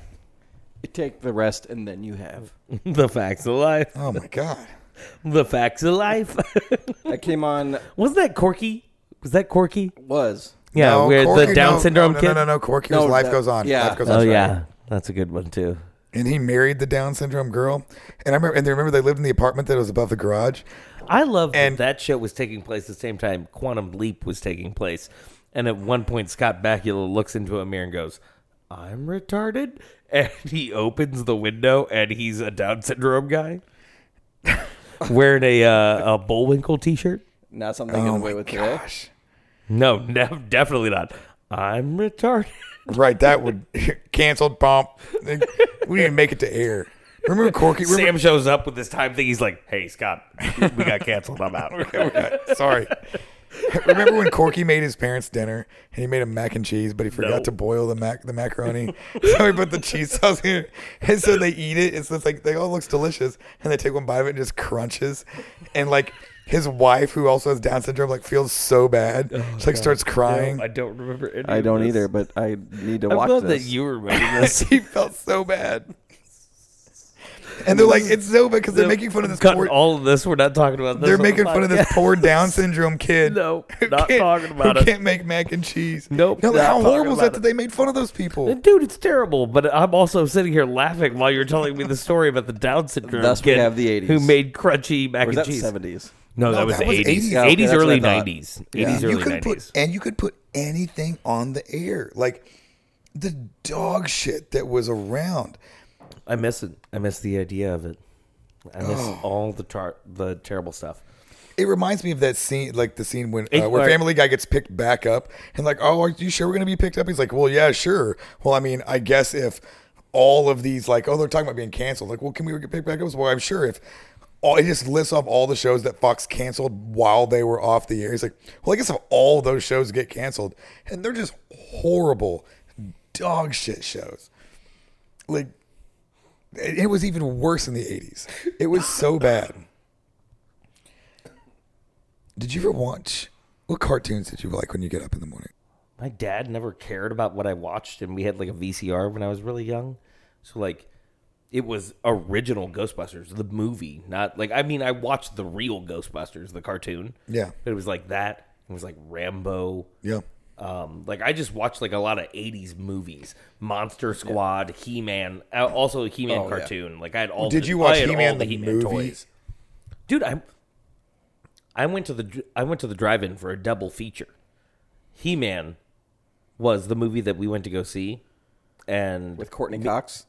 A: [LAUGHS]
B: Take the rest, and then you have.
A: the facts of life.
C: Oh my god.
A: The facts of life. [LAUGHS]
B: That came on
A: Wasn't that Corky? Was that Corky?
B: was.
A: Yeah,
C: No,
A: where
C: Corky,
A: the Down
C: no,
A: syndrome
C: no,
A: kid.
C: No, no, no. Corky's
B: No,
C: life
B: that-
C: goes on.
B: yeah.
C: Life goes
A: Oh
C: on.
A: yeah, that's a good one too.
C: And he married the Down syndrome girl. And I remember. And they remember they lived in the apartment that was above the garage.
A: I love
C: And-
A: that that show was taking place the same time Quantum Leap was taking place, and at one point Scott Bakula looks into a mirror and goes, "I'm retarded," [LAUGHS] and he opens the window and he's a Down syndrome
C: [LAUGHS]
A: guy wearing a uh, a Bullwinkle T-shirt.
B: Not something I get
C: Oh
B: away
C: my
B: with today.
C: gosh.
A: No, no, definitely not. I'm retarded. [LAUGHS]
C: Right, that would [LAUGHS] canceled bump. We didn't even make it to air. Remember Corky?
A: Sam
C: Remember,
A: shows up with this time thing. He's like, "Hey, Scott, we got canceled. I'm out."
C: [LAUGHS] sorry. [LAUGHS] Remember when Corky made his parents dinner and he made him mac and cheese, but he forgot
A: No.
C: to boil the mac the macaroni. [LAUGHS] so he put the cheese sauce in, it. and so they eat it. It's just like they all looks delicious, and they take one bite of it and just crunches, and like his wife who also has Down syndrome like feels so bad. she like starts crying.
A: Oh,
C: [LAUGHS]
A: I don't remember. Any
B: I
A: of
B: don't
A: this.
B: either, but I need to
A: I'm
B: watch
A: glad
B: this.
A: that you [LAUGHS] remember this.
C: he felt so bad. And they're like, it's so bad because they're making fun of this
A: Cut
C: poor
A: all of this. We're not talking about this.
C: They're
A: on the
C: making fun of this
A: podcast. [LAUGHS]
C: poor Down syndrome kid.
A: No,
C: who
A: not
C: can't-
A: talking about
C: who
A: it.
C: Can't make mac and cheese.
A: Nope,
C: No,
A: not
C: how
A: talking
C: horrible is that
A: about
C: that
A: it.
C: they made fun of those people?
A: [LAUGHS] Dude, it's terrible. But I'm also sitting here laughing while you're telling me the story about the Down syndrome
B: Thus we
A: kid
B: have the 80s.
A: who made crunchy mac
B: Or is
A: and
B: that
A: cheese.
B: seventies?
A: No, that
C: No,
A: was
C: that
A: the
C: was
A: 80s.
C: 80s. Yeah, okay,
A: 80s,
B: that's what I
A: early
B: thought.
A: 90s. 80s,
B: Yeah.
A: early
C: you could
A: 90s.
C: put and you could put anything on the air, like the dog shit that was around.
A: I miss it. I miss the idea of it. I miss
B: Oh.
A: all the tar- the terrible stuff.
C: It reminds me of that scene, like the scene when
A: It-
C: uh, where
A: like-
C: Family Guy gets picked back up, and like, oh, are you sure we're gonna be picked up? He's like, well, yeah, sure. Well, I mean, I guess if all of these, like, oh, they're talking about being canceled. Like, well, can we get picked back up? Well, I'm sure if all he just lists off all the shows that Fox canceled while they were off the air. He's like, well, I guess if all those shows get canceled, and they're just horrible dog shit shows. Like, it it was even worse in the 80s. It was so bad. Did you ever watch what cartoons did you like when you get up in the morning?
A: my dad never cared about what I watched, and we had like a VCR when I was really young. So like, it was original Ghostbusters, the movie, not like I mean I watched the real Ghostbusters, the cartoon.
C: Yeah.
A: but it was like that. It was like Rambo.
C: Yeah.
A: Um, like I just watched like a lot of '80s movies, Monster Squad, He Man, also a He Man
B: yeah.
A: cartoon. Like I had all.
C: Oh, Did
A: the-
C: you
A: I
C: watch
A: had
C: He Man
A: all
C: the
A: He-Man
C: movie?
A: toys. dude. I I went to the I went to the drive-in for a double feature. He Man was the movie that we went to go see, and
B: with Courtney Cox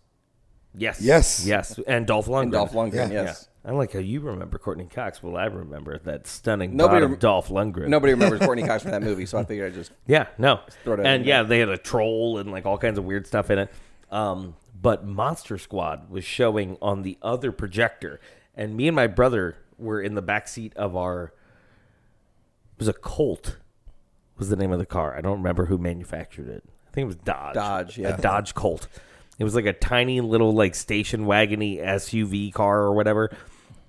A: yes,
C: Yes.
A: yes, and Dolph Lundgren.
B: and Dolph Lundgren.
C: Yeah.
B: Yes.
A: I like how you remember Courtney Cox. Well, I remember that stunning
B: Nobody
A: bod of
B: rem-
A: Dolph Lundgren.
B: Nobody remembers Courtney Cox from that movie, so I figured I
A: [LAUGHS]
B: just
A: Yeah, no.
B: throw it out
A: And
B: there.
A: yeah, they had a troll and like all kinds of weird stuff in it. Um, but Monster Squad was showing on the other projector, and me and my brother were in the back seat of our. It was a Colt, was the name of the car. I don't remember who manufactured it. I think it was Dodge.
B: Dodge, yeah.
A: a Dodge Colt. It was like a tiny little like station wagony SUV car or whatever.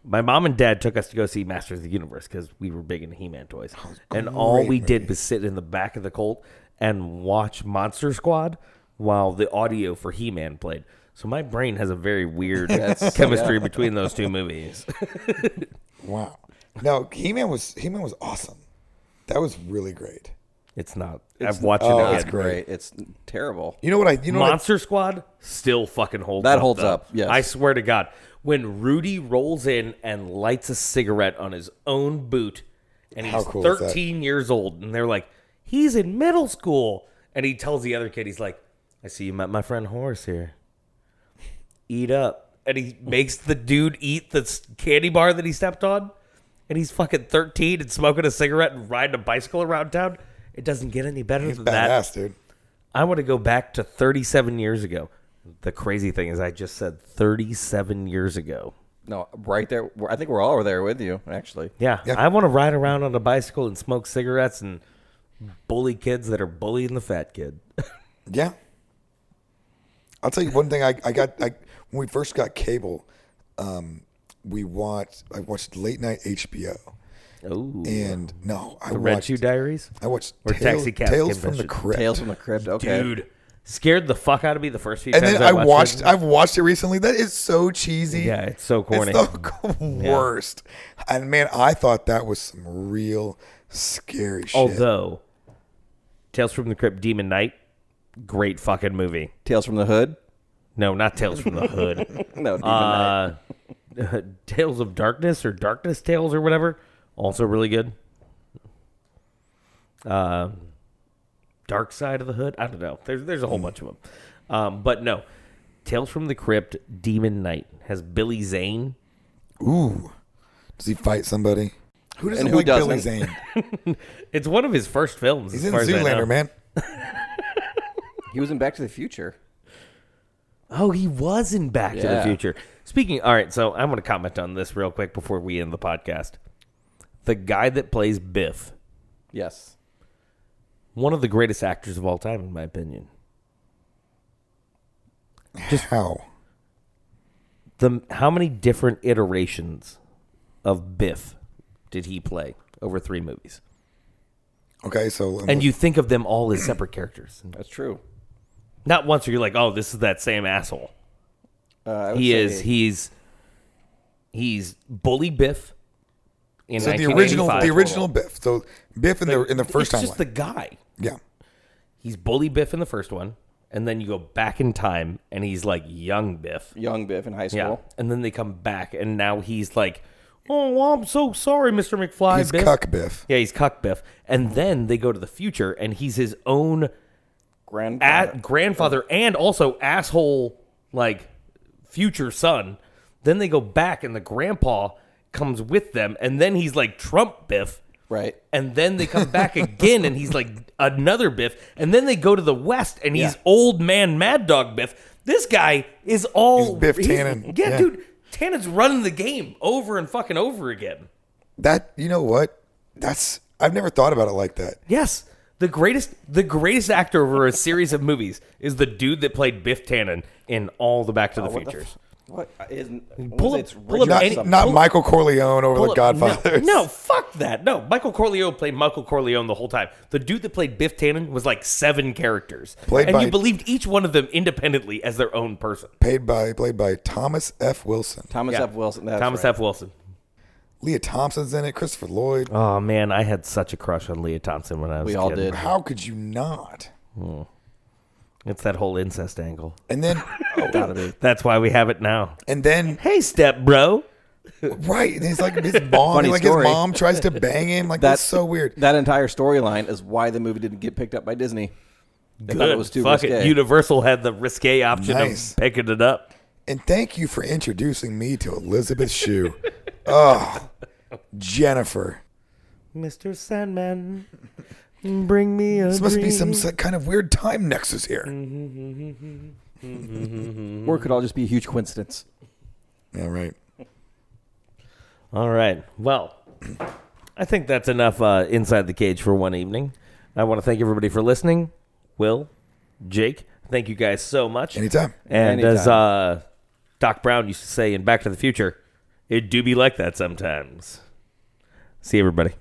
A: My mom and dad took us to go see Masters of the Universe because we were big into He-Man toys, and all
C: great
A: we did was sit in the back of the Colt and watch Monster Squad while the audio for He-Man played. So my brain has a very weird chemistry between those two movies. [LAUGHS]
C: Wow. No, He Man was He Man was awesome. That was really great.
A: It's not. I've watched it. again.
B: it's great. It's terrible.
C: You know what I? You know what I-
A: Monster Squad still fucking holds
B: That
A: up,
B: holds
A: though.
B: up, yes.
A: I swear to God. When Rudy rolls in and lights a cigarette on his own boot and
C: How
A: he's
C: cool is that?
A: 13 years old and they're like, he's in middle school. And he tells the other kid, he's like, I see you met my friend Horace here. Eat up. And he makes the dude eat the s- candy bar that he stepped on. And he's fucking 13 and smoking a cigarette and riding a bicycle around town. It doesn't get any better than that.
C: badass, dude.
A: I want to go back to 37 years ago. The crazy thing is, I just said 37 years ago.
B: No, right there. we're- I think we're all there with you, actually.
A: Yeah,
C: Yeah.
A: I want to ride around on a bicycle and smoke cigarettes and bully kids that are bullying the fat kid. [LAUGHS]
C: Yeah. I'll tell you one thing. I, I got I when we first got cable, um, we watched I watched late night HBO,
A: Oh,
C: and no, I
A: the
C: watched
A: Red Shoe Diaries,
C: I watched
A: or
C: Tales,
A: Taxi Cab
C: Tales from the
A: Confessions.
C: Crypt.
B: Tales from the Crypt. Okay.
A: dude, scared the fuck out of me the first few
C: and
A: times
C: then I
A: watched,
C: watched.
A: it.
C: I've watched it recently. That is so cheesy.
A: Yeah, it's so corny.
C: It's the [LAUGHS] worst. And man, I thought that was some real scary
A: Oh,
C: shit.
A: Although, Tales from the Crypt, Demon Knight, great fucking movie.
B: Tales from the Hood.
A: No, not Tales from the
C: [LAUGHS]
A: Hood.
B: No, Demon Knight.
A: uh, [LAUGHS] Tales of Darkness or Darkness Tales or whatever. Also really good. Uh, Dark Side of the Hood. I don't know. There's there's a whole bunch of them. Um, but no, Tales from the Crypt. Demon Knight has Billy Zane.
C: Ooh, does he fight somebody? Who doesn't
B: And who
C: like Billy
B: doesn't?
C: Zane?
A: It's one of his first films.
C: He's
A: as
C: in
A: far as I know.
C: Zoolander, man.
B: he was in Back to the Future.
A: Oh, he was in Back to the
B: Yeah.
A: Future. Speaking, all right, so I'm going to comment on this real quick before we end the podcast. The guy that plays Biff,
B: Yes.
A: one of the greatest actors of all time, in my opinion.
C: How?
A: the how many different iterations of Biff did he play over three movies?
C: Okay, so
A: And you think of them all as separate characters.
B: That's true.
A: Not once are you like, oh, this is that same asshole.
B: Uh, I would
A: He
B: say-
A: is. He's he's bully Biff. In
C: So the original, the
A: 1985.
C: original Biff. So Biff in the in the first
A: it's
C: time.
A: just the guy.
C: yeah,
A: He's bully Biff in the first one, and then you go back in time, and he's like young Biff.
B: young Biff in high school.
A: Yeah, and then they come back, and now he's like, oh, I'm so sorry, Mister McFly.
C: he's
A: Biff.
C: cuck Biff.
A: Yeah, he's cuck Biff. And then they go to the future, and he's his own
B: Grand.
A: at grandfather and also asshole like future son. Then they go back, and the grandpa comes with them, and then he's like Trump Biff.
B: right.
A: And then they come back again, and he's like another Biff. And then they go to the West, and he's
B: Yeah.
A: old man Mad Dog Biff. This guy is all
C: He's Biff Tannen.
A: Yeah,
C: Yeah.
A: dude, Tannen's running the game over and fucking over again.
C: That you know what? That's I've never thought about it like that.
A: Yes. The greatest the greatest actor over a series of movies is the dude that played Biff Tannen in all the Back to the
B: Oh, What the
A: Futures.
B: f- What is?
A: Pull
B: Pull
A: up-
B: it's
A: pull up
B: Richard
A: any-
B: something.
C: Not Michael Corleone over The
A: Hold up.
C: Godfather.
A: No, no, fuck that. No, Michael Corleone played Michael Corleone the whole time. The dude that played Biff Tannen was like seven characters.
C: Played
A: and
C: by-
A: you believed each one of them independently as their own person.
C: Paid by [LAUGHS] played by Thomas F. Wilson.
B: Thomas
A: Yeah.
B: F. Wilson. That's
A: Thomas
B: right.
A: F. Wilson.
C: Leah Thompson's in it. Christopher Lloyd.
A: Oh man, I had such a crush on Leah Thompson when I was
B: We
A: a
B: all
A: kid.
B: did.
C: How could you not?
A: It's that whole incest angle.
C: And then
B: Gotta be.
A: That's why we have it now.
C: and then
A: Hey, step bro.
C: Right. And it's like his mom,
B: Funny
C: like
B: story.
C: his mom tries to bang him. Like that's, so weird.
B: That entire storyline is why the movie didn't get picked up by Disney. They thought it was too
A: Fuck it.
B: risque.
A: Universal had the risque option
C: Nice.
A: of picking it up.
C: And thank you for introducing me to Elizabeth Shue. oh, Jennifer.
A: Mr. Sandman, bring me a
C: This must be some si- kind of weird time nexus here.
A: Mm-hmm.
B: Or it could all just be a huge coincidence.
C: All right.
A: All right. Well, I think that's enough uh, inside the cage for one evening. I want to thank everybody for listening. Will, Jake, thank you guys so much.
C: Anytime.
A: And
B: Anytime.
A: as uh, Doc Brown used to say in Back to the Future, it do be like that sometimes. See everybody.